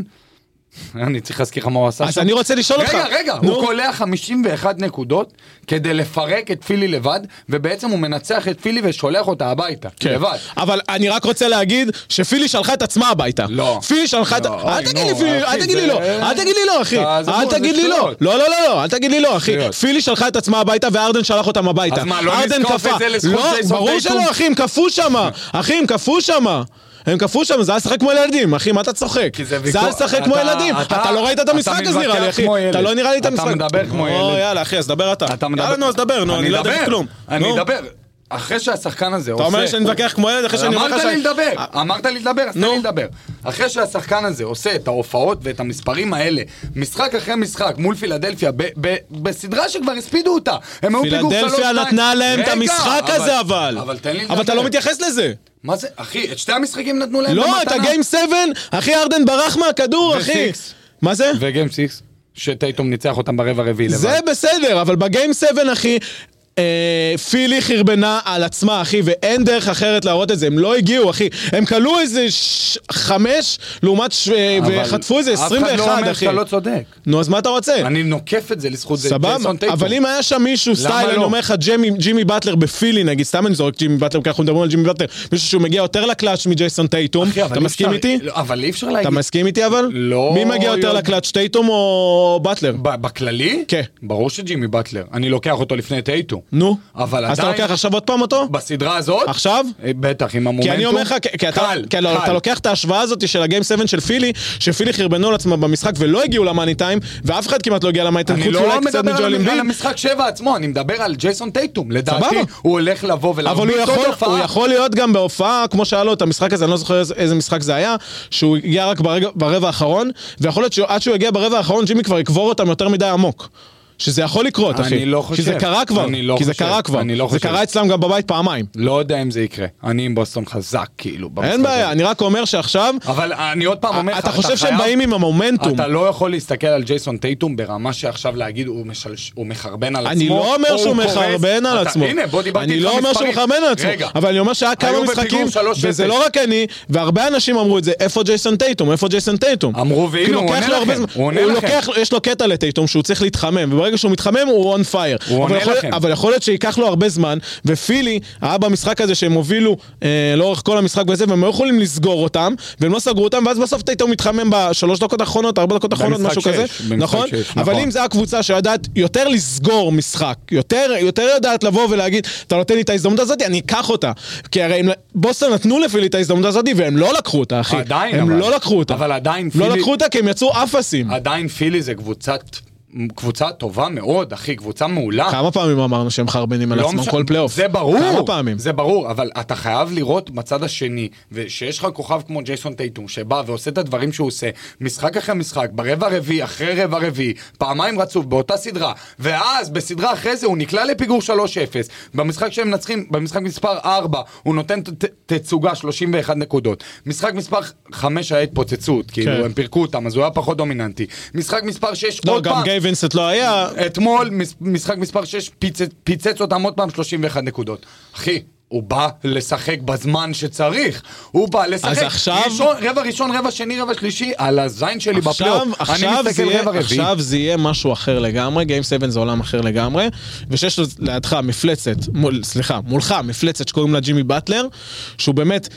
Speaker 2: אני צריך להזכיר לך מה הוא עשה
Speaker 1: אז אני רוצה לשאול אותך.
Speaker 2: רגע, רגע,
Speaker 1: נו.
Speaker 2: הוא קולע 51 נקודות כדי לפרק את פילי לבד, ובעצם הוא מנצח את פילי ושולח אותה הביתה,
Speaker 1: כן.
Speaker 2: לבד.
Speaker 1: אבל אני רק רוצה להגיד שפילי שלחה את עצמה הביתה.
Speaker 2: לא.
Speaker 1: פילי שלחה את...
Speaker 2: לא,
Speaker 1: אל
Speaker 2: אוי,
Speaker 1: תגיד
Speaker 2: נו,
Speaker 1: לי פילי,
Speaker 2: אחי,
Speaker 1: אל תגיד לי
Speaker 2: זה-
Speaker 1: לא, אל תגיד לי לא, אחי.
Speaker 2: תעזבו,
Speaker 1: אל
Speaker 2: זה
Speaker 1: תגיד לי לא.
Speaker 2: שטויות.
Speaker 1: לא, לא, לא, לא, אל תגיד לי לא, אחי.
Speaker 2: שטויות.
Speaker 1: פילי שלחה את עצמה הביתה וארדן שלח אותם הביתה.
Speaker 2: אז מה, לא
Speaker 1: ארדן
Speaker 2: נזקוף
Speaker 1: קפא.
Speaker 2: את זה לזכות
Speaker 1: לא,
Speaker 2: ג'ייסון
Speaker 1: ברור
Speaker 2: טייטום?
Speaker 1: שלא, אחי, הם קפאו שמה. אחי, הם קפאו שמה. הם קפאו שם, זה היה לשחק כמו ילדים, אחי, מה אתה צוחק?
Speaker 2: כי זה
Speaker 1: זה היה
Speaker 2: ויכוח-
Speaker 1: לשחק כמו
Speaker 2: אתה-
Speaker 1: ילדים.
Speaker 2: אתה-
Speaker 1: אתה לא ראית את
Speaker 2: אתה
Speaker 1: המשחק הזה נראה לי,
Speaker 2: מתווכח
Speaker 1: אחי.
Speaker 2: כמו
Speaker 1: אתה
Speaker 2: ילד.
Speaker 1: לא נראה לי את
Speaker 2: אתה
Speaker 1: המשחק.
Speaker 2: מדבר כמו
Speaker 1: או,
Speaker 2: ילד.
Speaker 1: יאללה, אחי, אז דבר אתה.
Speaker 2: אתה מדבר...
Speaker 1: יאללה, נו, אז דבר, נו, אני לא יודע
Speaker 2: אדבר,
Speaker 1: כלום.
Speaker 2: אני
Speaker 1: נו.
Speaker 2: אדבר. אחרי שהשחקן הזה
Speaker 1: אתה
Speaker 2: עושה...
Speaker 1: אומר שאני מתווכח כמו ילד אחרי שאני אומר לך
Speaker 2: אמרת
Speaker 1: ש...
Speaker 2: לי לדבר, אמרת לי לדבר, אז תן
Speaker 1: נו.
Speaker 2: לי לדבר. אחרי שהשחקן הזה עושה את ההופעות ואת המספרים האלה, משחק אחרי משחק מול פילדלפיה, ב- ב- בסדרה שכבר הספידו אותה, הם היו פיגור 3-2.
Speaker 1: פילדלפיה נתנה להם את
Speaker 2: רגע,
Speaker 1: המשחק הזה אבל.
Speaker 2: אבל תן לי לדבר.
Speaker 1: אבל אתה לא מתייחס לזה.
Speaker 2: מה זה, אחי, את שתי המשחקים נתנו להם
Speaker 1: לא, אתה גיים 7, אחי ארדן ברח מהכדור, אחי.
Speaker 2: וסיקס.
Speaker 1: מה זה?
Speaker 2: וגיים סיקס, שטייטום ניצח אותם ברבע רביעי לבד.
Speaker 1: זה בסדר, אבל בגיים 7, אחי, אה, פילי חרבנה על עצמה, אחי, ואין דרך אחרת להראות את זה. הם לא הגיעו, אחי. הם כלו איזה ש- חמש לעומת... ש-
Speaker 2: אבל
Speaker 1: וחטפו איזה
Speaker 2: אף אחד לא
Speaker 1: 21,
Speaker 2: אומר
Speaker 1: אחי.
Speaker 2: שאתה לא צודק.
Speaker 1: נו, אז מה אתה רוצה?
Speaker 2: אני נוקף את זה לזכות זה.
Speaker 1: סבבה,
Speaker 2: ג'ייסון טייטום.
Speaker 1: אבל אם היה שם מישהו, סטייל, אני
Speaker 2: לא?
Speaker 1: אומר לך, ג'ימי, ג'ימי באטלר בפילי נגיד, סתם אני זורק ג'ימי באטלר, כי אנחנו מדברים על ג'ימי באטלר, מישהו שהוא מגיע יותר לקלאץ' מג'ייסון טייטום,
Speaker 2: אחי, אבל
Speaker 1: אתה
Speaker 2: אי
Speaker 1: מסכים
Speaker 2: אפשר-
Speaker 1: איתי?
Speaker 2: לא, אבל אי אפשר להגיד...
Speaker 1: אתה מסכים איתי אבל?
Speaker 2: לא
Speaker 1: מי מגיע יותר
Speaker 2: יודע.
Speaker 1: לקלאץ', טייטום או באטלר?
Speaker 2: ב- בכללי?
Speaker 1: כן.
Speaker 2: ברור שג'ימי באטלר. אני לוקח אותו לפני טייטום.
Speaker 1: נו.
Speaker 2: אבל
Speaker 1: אז אתה
Speaker 2: עדיין-
Speaker 1: לוקח עכשיו עוד פעם אותו?
Speaker 2: בסדרה הזאת?
Speaker 1: עכשיו?
Speaker 2: אה, בטח, עם המומנטום.
Speaker 1: כי אני אומר לך, כי- כי אתה-
Speaker 2: קל,
Speaker 1: כי לא,
Speaker 2: קל.
Speaker 1: אתה לוקח את ההשוואה הזאת של הגיים 7 של פילי, שפילי חרבנו על עצמם במשחק ולא הגיעו למאני טיים, ואף אחד כמעט לא הגיע למאני טיים,
Speaker 2: אני
Speaker 1: חוץ אולי
Speaker 2: לא
Speaker 1: קצת
Speaker 2: מדבר
Speaker 1: מג'ואל
Speaker 2: על המ- על
Speaker 1: אמביד,
Speaker 2: המשחק שבע עצמו, אני מדבר על ג'ייסון טייטום. לדעתי,
Speaker 1: סבבה.
Speaker 2: הוא הולך לבוא
Speaker 1: אבל הוא
Speaker 2: ולהרביץ עוד
Speaker 1: יכול, הוא
Speaker 2: הופעה.
Speaker 1: יכול להיות גם בהופעה, כמו שהיה לו את המשחק הזה, אני לא זוכר איזה- איזה משחק זה היה, שהוא הגיע רק ברגע, ברבע האחרון, ויכול להיות שעד שהוא יגיע ברבע האחרון, ג'ימי כבר יקבור אותם יותר מדי עמוק. שזה יכול לקרות,
Speaker 2: אני
Speaker 1: אחי.
Speaker 2: לא
Speaker 1: כי זה
Speaker 2: חושב.
Speaker 1: קרה כבר.
Speaker 2: אני לא
Speaker 1: כי זה
Speaker 2: חושב.
Speaker 1: קרה כבר.
Speaker 2: אני לא
Speaker 1: זה
Speaker 2: חושב.
Speaker 1: קרה אצלם גם בבית פעמיים.
Speaker 2: לא יודע אם זה יקרה. אני עם בוסטון חזק, כאילו. במשחק
Speaker 1: אין בעיה,
Speaker 2: הזה.
Speaker 1: אני רק אומר שעכשיו,
Speaker 2: אבל אני עוד פעם אומר לך,
Speaker 1: אתה חושב שהם
Speaker 2: חייב-
Speaker 1: באים עם המומנטום.
Speaker 2: אתה לא יכול להסתכל על ג'ייסון טייטום ברמה שעכשיו להגיד הוא, משלש, הוא מחרבן על
Speaker 1: אני
Speaker 2: עצמו.
Speaker 1: לא אומר
Speaker 2: או
Speaker 1: שהוא
Speaker 2: הוא קורס."
Speaker 1: מחרבן על
Speaker 2: אתה-
Speaker 1: עצמו.
Speaker 2: הנה, בוא דיברתי
Speaker 1: אני
Speaker 2: איתך
Speaker 1: לא אומר שהוא
Speaker 2: מספרים.
Speaker 1: מחרבן על עצמו.
Speaker 2: רגע,
Speaker 1: אבל אני אומר שהיה כמה
Speaker 2: היו בפיגור
Speaker 1: משחקים,
Speaker 2: 3-0.
Speaker 1: וזה לא רק אני, והרבה אנשים אמרו את זה, איפה ג'ייסון טייטום? איפה ג'ייסון טייטום?
Speaker 2: אמרו, והנה,
Speaker 1: כי
Speaker 2: הוא
Speaker 1: לוקח
Speaker 2: עונה
Speaker 1: לו הרבה
Speaker 2: לכם,
Speaker 1: זמן-
Speaker 2: הוא עונה לכם.
Speaker 1: לוקח- יש לו קטע לטייטום שהוא צריך להתחמם, וברגע שהוא מתחמם הוא און פייר.
Speaker 2: הוא עונה לכם.
Speaker 1: אבל יכול להיות שייקח לו הרבה זמן, ופילי היה במשחק הזה שהם הובילו אה, לאורך כל המשחק וזה, והם לא יכולים לסגור אותם, והם לא סגרו אותם, ואז בסוף טייטום מתחמם בשלוש דקות האחרונות, ארבע דקות האחרונות,
Speaker 2: במשחק
Speaker 1: משהו
Speaker 2: שש,
Speaker 1: כזה.
Speaker 2: במשחק
Speaker 1: נכון?
Speaker 2: שש,
Speaker 1: אבל
Speaker 2: נכון.
Speaker 1: אם זו הקבוצה שיודעת יותר לסגור משחק, יותר, יותר יודעת לבוא ולהגיד, אתה נותן לי את ההזדמנות הזאת, אני אקח אותה. כי הרי הם, בוסטון נתנו לפילי את ההזדמנות הזאת, והם לא לקחו אותה, אחי.
Speaker 2: עדיין,
Speaker 1: הם
Speaker 2: אבל-
Speaker 1: לא לקחו אותה.
Speaker 2: אבל עדיין
Speaker 1: לא
Speaker 2: פילי-
Speaker 1: לקחו אותה כי הם יצאו אפסים.
Speaker 2: עדיין פילי זה קבוצת, קבוצה טובה מאוד, אחי, קבוצה מעולה.
Speaker 1: כמה פעמים אמרנו שהם חרבנים על
Speaker 2: לא
Speaker 1: עצמם
Speaker 2: מש-
Speaker 1: כל פלייאוף?
Speaker 2: זה ברור,
Speaker 1: כמה פעמים?
Speaker 2: זה ברור, אבל אתה חייב לראות בצד השני, ושיש לך כוכב כמו ג'ייסון טייטום, שבא ועושה את הדברים שהוא עושה, משחק אחרי משחק, ברבע רביעי, אחרי רבע רביעי, פעמיים רצוף, באותה סדרה, ואז בסדרה אחרי זה הוא נקלע לפיגור 3-0, במשחק שהם מנצחים, במשחק מספר 4, הוא נותן ת- ת- תצוגה 31 נקודות, משחק מספר 5 היה התפוצצות,
Speaker 1: כן.
Speaker 2: כאילו הם פירקו אותם, אז הוא היה פחות דומיננטי, משחק מספר 6,
Speaker 1: לא,
Speaker 2: עוד
Speaker 1: גם
Speaker 2: פעם,
Speaker 1: גיי וינסט לא היה.
Speaker 2: אתמול, מש- משחק מספר 6, פיצץ, פיצץ אותם עוד פעם 31 נקודות. אחי, הוא בא לשחק בזמן שצריך. הוא בא לשחק.
Speaker 1: אז עכשיו-
Speaker 2: ראשון, רבע ראשון, רבע שני, רבע שלישי, על הזין שלי
Speaker 1: עכשיו,
Speaker 2: בפלייאוף.
Speaker 1: עכשיו,
Speaker 2: אני
Speaker 1: זה
Speaker 2: מסתכל
Speaker 1: יהיה,
Speaker 2: רבע רביעי.
Speaker 1: עכשיו זה יהיה משהו אחר לגמרי, Game 7 זה עולם אחר לגמרי, ושיש לו לידך מפלצת, מול, סליחה, מולך מפלצת שקוראים לה ג'ימי באטלר, שהוא באמת,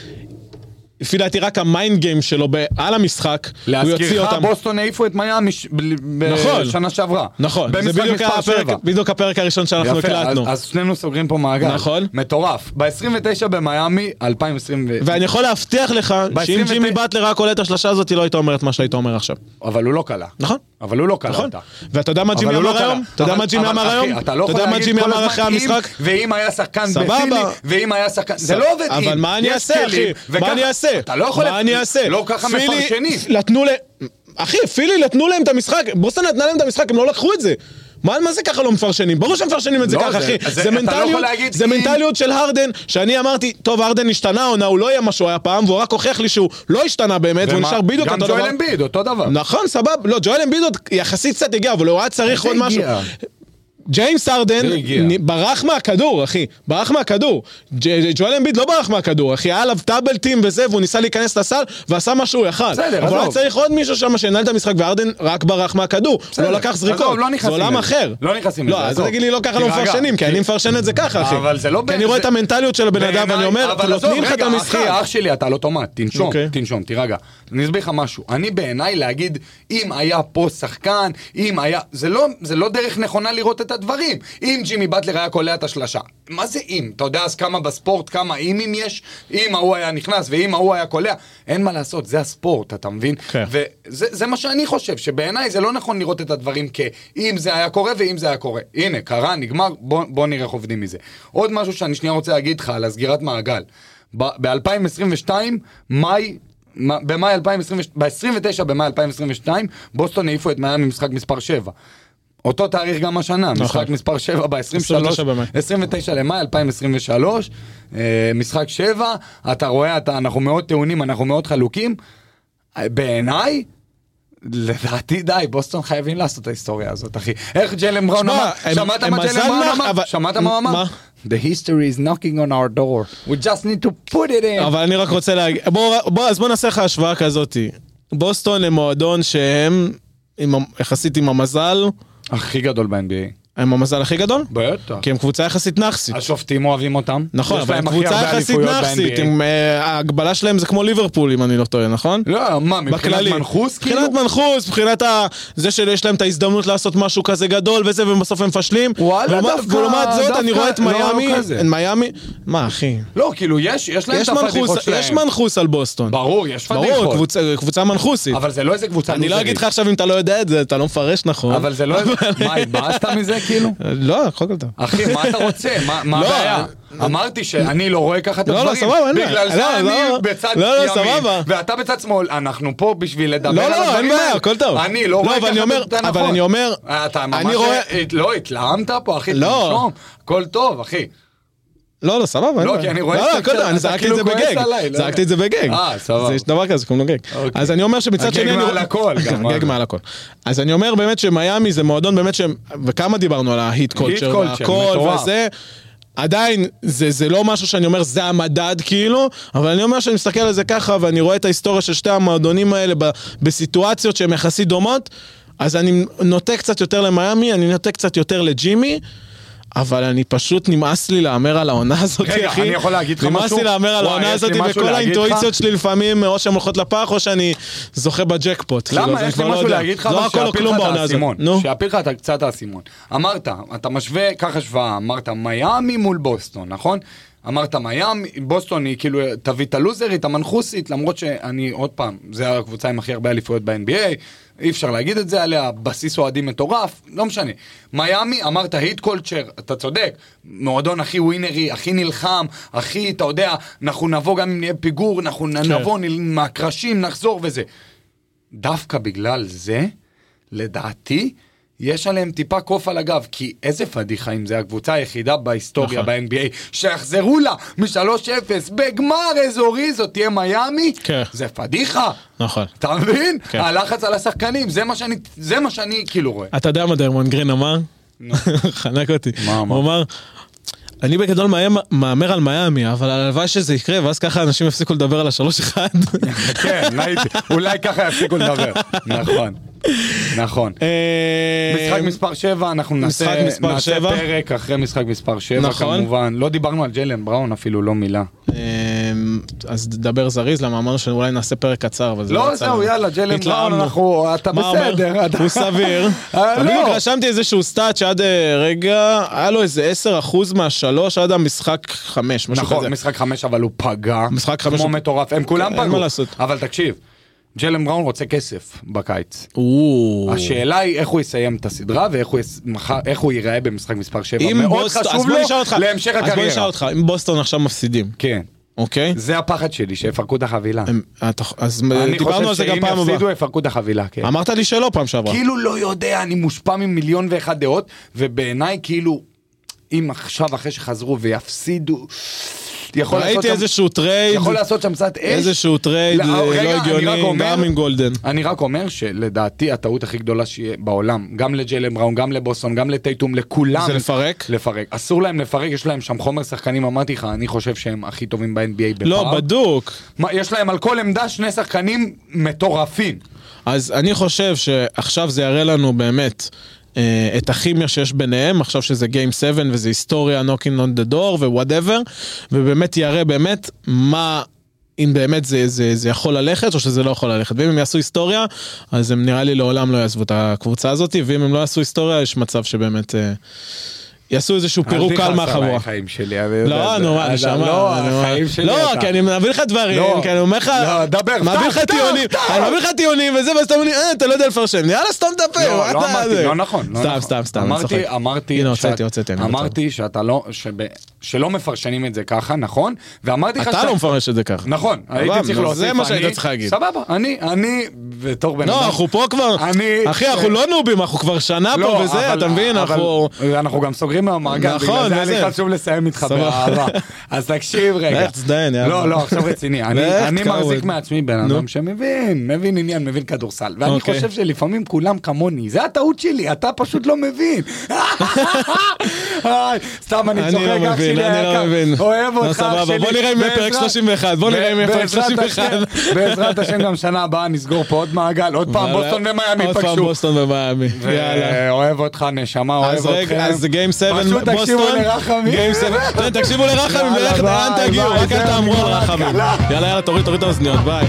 Speaker 1: לפי דעתי רק המיינד גיים שלו ב- על המשחק, הוא יוציא
Speaker 2: להזכירך,
Speaker 1: אותם.
Speaker 2: בוסטון העיפו את מיאמי ש- ב-
Speaker 1: נכון.
Speaker 2: בשנה שעברה.
Speaker 1: נכון, זה
Speaker 2: במשחק
Speaker 1: בדיוק,
Speaker 2: מספר
Speaker 1: הפרק,
Speaker 2: שבע.
Speaker 1: בדיוק הפרק הראשון שאנחנו
Speaker 2: יפה, אז,
Speaker 1: הקלטנו.
Speaker 2: אז שנינו סוגרים פה מעגל.
Speaker 1: נכון.
Speaker 2: מטורף. ב-29 במיאמי, 2020. ו-
Speaker 1: ואני יכול להבטיח לך שאם
Speaker 2: ב-
Speaker 1: ג'ימי באטלר רק עולה את השלושה הזאת, היא לא היית אומר את מה שהיית אומר עכשיו.
Speaker 2: אבל הוא לא קלע.
Speaker 1: נכון.
Speaker 2: אבל הוא לא קלע
Speaker 1: נכון?
Speaker 2: אותה.
Speaker 1: ואתה יודע מה
Speaker 2: אבל
Speaker 1: ג'ימי
Speaker 2: הוא לא
Speaker 1: אמר
Speaker 2: קלע.
Speaker 1: היום? אתה יודע
Speaker 2: אבל-
Speaker 1: מה ג'ימי
Speaker 2: אבל
Speaker 1: אמר
Speaker 2: אחי,
Speaker 1: היום?
Speaker 2: אתה לא
Speaker 1: אתה
Speaker 2: יכול
Speaker 1: יודע מה
Speaker 2: להגיד
Speaker 1: ג'ימי
Speaker 2: כל
Speaker 1: אמר
Speaker 2: הזמן
Speaker 1: אחרי
Speaker 2: אם,
Speaker 1: המשחק?
Speaker 2: ואם היה שחקן
Speaker 1: סבבה.
Speaker 2: בפילי, ואם היה שחקן... זה לא עובד אם.
Speaker 1: אבל מה אני
Speaker 2: יש
Speaker 1: אעשה, אחי?
Speaker 2: כלים,
Speaker 1: מה
Speaker 2: וככה-
Speaker 1: אני אעשה?
Speaker 2: אתה לא יכול...
Speaker 1: מה אני אעשה?
Speaker 2: לא ככה
Speaker 1: פילי-
Speaker 2: מפרשנים.
Speaker 1: נתנו ל... אחי, פילי נתנו להם את המשחק, בוסטון נתנה להם את המשחק, הם לא לקחו את זה. מה, מה זה ככה לא מפרשנים? ברור שהם מפרשנים את זה
Speaker 2: לא,
Speaker 1: ככה,
Speaker 2: זה-
Speaker 1: אחי.
Speaker 2: אז
Speaker 1: זה,
Speaker 2: אתה לא יכול
Speaker 1: מנטליות,
Speaker 2: להגיד
Speaker 1: זה
Speaker 2: אם-
Speaker 1: מנטליות של הרדן, שאני אמרתי, טוב, הרדן השתנה העונה, הוא לא יהיה מה שהוא היה פעם, והוא רק הוכיח לי שהוא לא השתנה באמת, והוא
Speaker 2: ומה-
Speaker 1: נשאר בדיוק
Speaker 2: גם
Speaker 1: אותו דבר.
Speaker 2: ג'ואל אמביד, אותו דבר.
Speaker 1: נכון, סבבה. לא, ג'ואל אמביד עוד יחסית קצת הגיע, אבל הוא היה צריך
Speaker 2: איזה
Speaker 1: עוד משהו.
Speaker 2: הגיע?
Speaker 1: ג'יימס ארדן
Speaker 2: זה הגיע.
Speaker 1: נ- ברח מהכדור, אחי, ברח מהכדור. ג'- ג'- ג'ואל אמביד לא ברח מהכדור, אחי, היה עליו טאבל טים וזה, והוא ניסה להיכנס לסל, ועשה מה שהוא יכל.
Speaker 2: בסדר,
Speaker 1: אבל היה
Speaker 2: עזוב.
Speaker 1: צריך עוד מישהו שם שינהל את המשחק, וארדן רק ברח מהכדור, הוא לא
Speaker 2: בסדר,
Speaker 1: לקח זריקות.
Speaker 2: עזוב, לא
Speaker 1: זה
Speaker 2: נכנסים
Speaker 1: עולם
Speaker 2: לזה.
Speaker 1: אחר.
Speaker 2: לא נכנסים לזה,
Speaker 1: לא, אז
Speaker 2: עזוב.
Speaker 1: תגיד לי, לא ככה לא
Speaker 2: תירגע.
Speaker 1: מפרשנים, כי
Speaker 2: כי-
Speaker 1: אני מפרשן את זה ככה, אחי.
Speaker 2: אבל זה לא...
Speaker 1: כי אני
Speaker 2: ב-
Speaker 1: רואה
Speaker 2: זה-
Speaker 1: את המנטליות של הבן אדם,
Speaker 2: בעיניי-
Speaker 1: ואני אומר,
Speaker 2: אבל עזוב,
Speaker 1: נותנים לך את
Speaker 2: רגע,
Speaker 1: המשחק.
Speaker 2: אחי, אח שלי, אתה לא אוטומט, תנשום,
Speaker 1: אוקיי.
Speaker 2: תנשום, תירגע. אני אסביר לך משהו. אני בעיניי להגיד, אם היה פה שחקן, אם היה... זה לא- זה לא דרך נכונה לראות את את הדברים. אם ג'ימי באטלר היה קולע את השלשה, מה זה אם? אתה יודע אז כמה בספורט, כמה אימים יש? אם ההוא היה נכנס ואם ההוא היה קולע, אין מה לעשות, זה הספורט, אתה מבין?
Speaker 1: כן.
Speaker 2: וזה זה מה שאני חושב, שבעיניי זה לא נכון לראות את הדברים כאם זה היה קורה ואם זה היה קורה. הנה, קרה, נגמר, בוא, בוא נראה איך עובדים מזה. עוד משהו שאני שנייה רוצה להגיד לך על הסגירת מעגל. ב-2022, מאי... מה- במאי 2022, ב-29 במאי 2022, בוסטון העיפו את מיאמי משחק מספר 7. אותו תאריך גם השנה, משחק מספר 7 ב-23,
Speaker 1: 29 במאי.
Speaker 2: 29 למאי 2023, אה, משחק 7, אתה רואה, אתה, אנחנו מאוד טעונים, אנחנו מאוד חלוקים. בעיניי, לדעתי די, בוסטון חייבים לעשות את ההיסטוריה הזאת, אחי. איך ג'לם בראון
Speaker 1: שמע,
Speaker 2: אמר?
Speaker 1: הם-
Speaker 2: שמעת
Speaker 1: הם
Speaker 2: מה
Speaker 1: מזל
Speaker 2: ג'לם בראון
Speaker 1: לך,
Speaker 2: אמר?
Speaker 1: אבל-
Speaker 2: שמעת מה הוא אמר?
Speaker 1: מה?
Speaker 2: The history is knocking on our door. We just need to put it in.
Speaker 1: אבל אני רק רוצה להגיד, בוא, בוא, אז בוא נעשה לך השוואה כזאתי. בוסטון למועדון שהם, עם, ה- יחסית עם המזל,
Speaker 2: הכי גדול ב-NBA.
Speaker 1: הם המזל הכי גדול,
Speaker 2: בטח.
Speaker 1: כי הם קבוצה יחסית נאחסית.
Speaker 2: השופטים אוהבים אותם.
Speaker 1: נכון,
Speaker 2: יש
Speaker 1: אבל הם
Speaker 2: להם הכי
Speaker 1: קבוצה
Speaker 2: הרבה
Speaker 1: יחסית
Speaker 2: אליפויות
Speaker 1: נאחסית,
Speaker 2: ב-NBA.
Speaker 1: עם, אה, ההגבלה שלהם זה כמו ליברפול אם אני לא טועה, נכון?
Speaker 2: לא, מה, מבחינת
Speaker 1: בכללי.
Speaker 2: מנחוס? כאילו?
Speaker 1: מבחינת מנחוס, מבחינת ה- זה שיש להם את ההזדמנות לעשות משהו כזה גדול וזה, והם בסוף הם מפשלים.
Speaker 2: וואלה,
Speaker 1: ולעומת-
Speaker 2: דווקא-
Speaker 1: ולעומת זאת, אני
Speaker 2: דווקא
Speaker 1: רואה את
Speaker 2: לא
Speaker 1: מיאמי,
Speaker 2: כזה.
Speaker 1: את מיאמי, מה אחי?
Speaker 2: לא, כאילו, יש, יש להם את
Speaker 1: יש
Speaker 2: הפדיחות
Speaker 1: מנחוס,
Speaker 2: שלהם.
Speaker 1: יש מנחוס על בוסטון.
Speaker 2: ברור, יש
Speaker 1: ברור,
Speaker 2: פדיחות.
Speaker 1: קבוצה- קבוצה מנחוסית.
Speaker 2: אבל זה לא איזה קבוצה
Speaker 1: אני לא
Speaker 2: לוזרית.
Speaker 1: אגיד לך עכשיו אם אתה לא יודע את זה, אתה לא מפרש נכון.
Speaker 2: אבל זה לא... מה, התבאסת מזה, כאילו?
Speaker 1: לא, הכל טוב.
Speaker 2: אחי, מה אתה רוצה? מה- מה
Speaker 1: לא,
Speaker 2: הבעיה? אמרתי שאני לא רואה ככה את
Speaker 1: לא, לא,
Speaker 2: הדברים.
Speaker 1: סבבה, אין בעיה.
Speaker 2: בגלל
Speaker 1: לא,
Speaker 2: זה
Speaker 1: לא.
Speaker 2: אני בצד
Speaker 1: לא, לא,
Speaker 2: ימין,
Speaker 1: סבבה.
Speaker 2: ואתה בצד שמאל. אנחנו פה בשביל לדבר על
Speaker 1: לא,
Speaker 2: הדברים
Speaker 1: לא, אין בעיה,
Speaker 2: האלה.
Speaker 1: הכל טוב.
Speaker 2: אני לא רואה
Speaker 1: אבל
Speaker 2: ככה
Speaker 1: אני אומר-
Speaker 2: את הנכון.
Speaker 1: אבל אני אומר,
Speaker 2: אתה ממש...
Speaker 1: אני רואה-
Speaker 2: לא, התלהמת פה, אחי.
Speaker 1: לא.
Speaker 2: תנשום. הכל טוב, אחי.
Speaker 1: לא, לא, סבבה. אין
Speaker 2: לא,
Speaker 1: בעיה.
Speaker 2: כי אני רואה
Speaker 1: לא,
Speaker 2: שאתה
Speaker 1: לא, הכל טוב,
Speaker 2: קצת-
Speaker 1: אני
Speaker 2: אתה
Speaker 1: זרקתי
Speaker 2: כאילו
Speaker 1: את זה
Speaker 2: כועס
Speaker 1: בגג.
Speaker 2: עליי, לא יודע.
Speaker 1: זרקתי את זה בגג.
Speaker 2: אה, סבבה.
Speaker 1: יש דבר כזה, קוראים לו גג.
Speaker 2: אוקיי.
Speaker 1: אז אני אומר שמצד
Speaker 2: הגג
Speaker 1: שני... אני
Speaker 2: מעל
Speaker 1: רואה-
Speaker 2: הכל, גם,
Speaker 1: הגג
Speaker 2: אבל.
Speaker 1: מעל הכל. אז אני אומר באמת שמיאמי זה מועדון באמת שהם... וכמה דיברנו על ההיט קולצ'ר
Speaker 2: culture,
Speaker 1: והכל
Speaker 2: מטורף.
Speaker 1: וזה. עדיין, זה, זה לא משהו שאני אומר, זה המדד כאילו, אבל אני אומר שאני מסתכל על זה ככה, ואני רואה את ההיסטוריה של שתי המועדונים האלה ב, בסיטואציות שהן יחסית דומות, אז אני נוטה קצת יותר למיאמי, אני נוטה קצת יותר לג'ימי, אבל אני פשוט נמאס לי להמר על העונה הזאת, אחי.
Speaker 2: רגע, אני יכול להגיד לך
Speaker 1: נמאס
Speaker 2: משהו?
Speaker 1: לי להמר על
Speaker 2: וואי,
Speaker 1: העונה
Speaker 2: יש
Speaker 1: הזאת,
Speaker 2: לי משהו
Speaker 1: וכל
Speaker 2: להגיד
Speaker 1: האינטואיציות
Speaker 2: לך.
Speaker 1: שלי לפעמים, או שהן הולכות לפח, או שאני זוכה בג'קפוט. כאילו, אז
Speaker 2: למה?
Speaker 1: אני
Speaker 2: יש
Speaker 1: כבר
Speaker 2: לי
Speaker 1: לא
Speaker 2: משהו
Speaker 1: יודע.
Speaker 2: להגיד לך,
Speaker 1: לא
Speaker 2: אבל
Speaker 1: הכל או
Speaker 2: שיפיל
Speaker 1: כלום
Speaker 2: לך את
Speaker 1: בעונה הזאת.
Speaker 2: האסימון.
Speaker 1: נו.
Speaker 2: שיפיל לך את קצת האסימון. אמרת, אתה משווה, קח השוואה, אמרת מיאמי מול בוסטון, נכון? אמרת מיאמי, בוסטון היא כאילו תביא את הלוזרית, המנחוסית, למרות שאני, עוד פעם, זה הקבוצה עם הכי הרבה אליפויות ב-NBA, אי אפשר להגיד את זה עליה, בסיס אוהדים מטורף, לא משנה. מיאמי, אמרת היט קולצ'ר, אתה צודק, מועדון הכי ווינרי, הכי נלחם, הכי, אתה יודע, אנחנו נבוא גם אם נהיה פיגור, אנחנו
Speaker 1: כן.
Speaker 2: נבוא, נל- מהקרשים, נחזור וזה. דווקא בגלל זה, לדעתי, יש עליהם טיפה קוף על הגב, כי איזה פדיחה אם זה הקבוצה היחידה בהיסטוריה
Speaker 1: נכון.
Speaker 2: ב-NBA, שיחזרו לה מ-3-0 בגמר אזורי, זאת תהיה מיאמי,
Speaker 1: כן.
Speaker 2: זה פדיחה.
Speaker 1: נכון.
Speaker 2: אתה מבין?
Speaker 1: כן.
Speaker 2: הלחץ על השחקנים, זה מה שאני, זה מה שאני
Speaker 1: [LAUGHS]
Speaker 2: כאילו רואה.
Speaker 1: אתה יודע מה דרמון גרין אמר?
Speaker 2: נו.
Speaker 1: [LAUGHS] חנק אותי.
Speaker 2: מה אמר?
Speaker 1: הוא אמר, אני בגדול מאיים- מהמר על מיאמי, אבל הלוואי שזה יקרה, ואז ככה אנשים יפסיקו לדבר על השלוש
Speaker 2: [LAUGHS]
Speaker 1: אחד.
Speaker 2: כן, אולי ככה יפסיקו לדבר. נכון, נכון.
Speaker 1: אה,
Speaker 2: משחק מספר 7, אנחנו נעשה,
Speaker 1: משחק מספר
Speaker 2: נעשה
Speaker 1: שבע.
Speaker 2: פרק אחרי משחק מספר 7
Speaker 1: נכון.
Speaker 2: כמובן. לא דיברנו על ג'לן בראון אפילו, לא מילה.
Speaker 1: אה, אז דבר זריז, למה אמרנו שאולי נעשה פרק קצר, אבל זה
Speaker 2: לא,
Speaker 1: יצא
Speaker 2: זהו,
Speaker 1: לנו.
Speaker 2: יאללה, ג'לן
Speaker 1: התלהמנו.
Speaker 2: בראון, אנחנו- אתה
Speaker 1: מה אומר?
Speaker 2: בסדר,
Speaker 1: [LAUGHS]
Speaker 2: אתה-
Speaker 1: הוא סביר.
Speaker 2: [LAUGHS] אה,
Speaker 1: אבל בדיוק
Speaker 2: לא.
Speaker 1: רשמתי איזשהו סטאט שעד אה, רגע, היה לו איזה 10% מהשלוש עד המשחק 5, משהו כזה.
Speaker 2: נכון, משחק 5 אבל הוא פגע.
Speaker 1: משחק חמש
Speaker 2: כמו
Speaker 1: הוא- כן,
Speaker 2: מטורף, הם כולם
Speaker 1: אין
Speaker 2: פגעו.
Speaker 1: מה לעשות.
Speaker 2: אבל תקשיב, ג'לן בראון רוצה כסף בקיץ.
Speaker 1: או.
Speaker 2: השאלה היא איך הוא יסיים את הסדרה ואיך הוא יס- מחר- איך הוא ייראה במשחק מספר 7.
Speaker 1: אם
Speaker 2: מאוד
Speaker 1: בוסטון, אז
Speaker 2: חשוב
Speaker 1: בוא נשאל אותך,
Speaker 2: לו להמשך
Speaker 1: אז בוא נשאל
Speaker 2: הקריירה.
Speaker 1: אותך, אם בוסטון עכשיו מפסידים,
Speaker 2: כן,
Speaker 1: אוקיי?
Speaker 2: זה הפחד שלי, שיפרקו את החבילה.
Speaker 1: הם- אתה- אז
Speaker 2: אני
Speaker 1: אה, דיברנו
Speaker 2: חושב
Speaker 1: על זה גם
Speaker 2: שאם
Speaker 1: פעם הבאה.
Speaker 2: יפסידו יפרקו את החבילה, כן.
Speaker 1: אמרת לי שלא פעם שעברה.
Speaker 2: כאילו לא יודע, אני מושפע ממיליון ואחת דעות, ובעיניי כאילו, אם עכשיו אחרי שחזרו ויפסידו, יכול לעשות
Speaker 1: ראיתי
Speaker 2: שם,
Speaker 1: איזשהו טרייד,
Speaker 2: יכול לעשות שם קצת אש.
Speaker 1: איזשהו טרייד
Speaker 2: לא,
Speaker 1: אה,
Speaker 2: רגע,
Speaker 1: לא
Speaker 2: אני רק
Speaker 1: הגיוני,
Speaker 2: אומר-
Speaker 1: גם עם גולדן.
Speaker 2: אני רק אומר שלדעתי הטעות הכי גדולה שיהיה בעולם, גם לג'לם בראון, גם לבוסון, גם לטייטום, לכולם.
Speaker 1: זה לפרק?
Speaker 2: לפרק. אסור להם לפרק, יש להם שם חומר שחקנים, אמרתי לך, אני חושב שהם הכי טובים ב-NBA בפער.
Speaker 1: לא, בדוק.
Speaker 2: מה, יש להם על כל עמדה שני שחקנים מטורפים.
Speaker 1: אז אני חושב שעכשיו זה יראה לנו באמת אה, את הכימיה שיש ביניהם, עכשיו שזה Game 7 וזה היסטוריה, knocking on the door ו-whatever, ובאמת יראה באמת מה... אם באמת זה, זה, זה יכול ללכת או שזה לא יכול ללכת. ואם הם יעשו היסטוריה, אז הם נראה לי לעולם לא יעזבו את הקבוצה הזאת, ואם הם לא יעשו היסטוריה, יש מצב שבאמת אה, יעשו איזשהו פירוק קל מהחבורה.
Speaker 2: חיים שלי. אני יודע,
Speaker 1: לא,
Speaker 2: זה-
Speaker 1: נו, מה,
Speaker 2: אז-
Speaker 1: נשמה.
Speaker 2: לא,
Speaker 1: נו, מה.
Speaker 2: החיים שלי.
Speaker 1: לא,
Speaker 2: אתה-
Speaker 1: כי אני מביא לך דברים,
Speaker 2: לא.
Speaker 1: כי אני אומר לך...
Speaker 2: לא, דבר,
Speaker 1: מביא לך
Speaker 2: טוב, טוב,
Speaker 1: טיעונים,
Speaker 2: טוב.
Speaker 1: אני מביא לך טיעונים וזה, ואז אתה אומר לי, אה, אתה לא יודע לפרשן. יאללה, סתום את הפה.
Speaker 2: לא,
Speaker 1: מה
Speaker 2: לא
Speaker 1: אתה-
Speaker 2: אמרתי,
Speaker 1: זה?
Speaker 2: לא נכון. לא
Speaker 1: סתם,
Speaker 2: נכון.
Speaker 1: סתם, סתם, אני
Speaker 2: אמרתי,
Speaker 1: צוחק.
Speaker 2: אמרתי,
Speaker 1: הנה,
Speaker 2: שאת-
Speaker 1: הוצאתי, הוצאתי. אני
Speaker 2: אמרתי שאתה לא, שב- שלא מפרשנים את זה ככה, נכון? ואמרתי
Speaker 1: בטוח.
Speaker 2: לך
Speaker 1: אתה
Speaker 2: שאתה-
Speaker 1: לא מפרש את זה ככה.
Speaker 2: נכון,
Speaker 1: אבל,
Speaker 2: הייתי צריך
Speaker 1: אז
Speaker 2: להוסיף,
Speaker 1: זה מה שהיית
Speaker 2: אני-
Speaker 1: צריך להגיד.
Speaker 2: סבבה, אני, אני, בתור בן אדם...
Speaker 1: לא, אנחנו פה כבר,
Speaker 2: אני-
Speaker 1: אחי, אנחנו לא נובים, אנחנו כבר שנה פה
Speaker 2: לא,
Speaker 1: וזה,
Speaker 2: אבל-
Speaker 1: אתה מבין,
Speaker 2: אבל
Speaker 1: אנחנו...
Speaker 2: אנחנו גם סוגרים מהמעגל,
Speaker 1: נכון,
Speaker 2: בגלל זה היה לי
Speaker 1: וזה.
Speaker 2: חשוב לסיים איתך
Speaker 1: סבבה. [LAUGHS]
Speaker 2: באהבה. אז תקשיב רגע.
Speaker 1: לך תזדיין, יאללה.
Speaker 2: לא, לא, עכשיו
Speaker 1: [LAUGHS]
Speaker 2: רציני. אני-
Speaker 1: לך,
Speaker 2: אני
Speaker 1: קאווד.
Speaker 2: מחזיק מעצמי בן
Speaker 1: נו.
Speaker 2: אדם שמבין, מבין עניין, מבין כדורסל. ואני
Speaker 1: אוקיי.
Speaker 2: חושב שלפעמים כולם כמוני, זה הטעות שלי, אתה פשוט לא
Speaker 1: [LAUGHS]
Speaker 2: מבין. איי, סתם, אני
Speaker 1: אני
Speaker 2: צוחק,
Speaker 1: לא
Speaker 2: אח
Speaker 1: מבין,
Speaker 2: שלי
Speaker 1: אני
Speaker 2: היקר.
Speaker 1: לא מבין.
Speaker 2: אוהב
Speaker 1: לא,
Speaker 2: אותך, אח
Speaker 1: סבבה,
Speaker 2: שלי.
Speaker 1: בוא נראה אם יהיה פרק
Speaker 2: בעזרת-
Speaker 1: 31, בוא נראה אם יהיה פרק
Speaker 2: בעזרת השם-
Speaker 1: 31.
Speaker 2: בעזרת השם, גם שנה הבאה נסגור פה עוד מעגל, עוד פעם
Speaker 1: וואלה,
Speaker 2: בוסטון ומיאמי
Speaker 1: עוד פעם
Speaker 2: פגשו.
Speaker 1: בוסטון ומיאמי, יאללה.
Speaker 2: אה, אוהב אותך, נשמה, אוהב
Speaker 1: אז
Speaker 2: אתכם.
Speaker 1: רגע, אז גיים 7
Speaker 2: פשוט
Speaker 1: בוסטון.
Speaker 2: תקשיבו לרחמים.
Speaker 1: Game
Speaker 2: [LAUGHS]
Speaker 1: seven- כן, תקשיבו לרחמים,
Speaker 2: יאללה,
Speaker 1: ולכת
Speaker 2: ביי,
Speaker 1: לאן תגיעו,
Speaker 2: ביי,
Speaker 1: רק
Speaker 2: זהו,
Speaker 1: אל תאמרו על
Speaker 2: נגמר
Speaker 1: רחמים.
Speaker 2: ההקללה.
Speaker 1: יאללה, יאללה, תוריד, תוריד את האוזניות, ביי.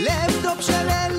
Speaker 3: לפטופ של אל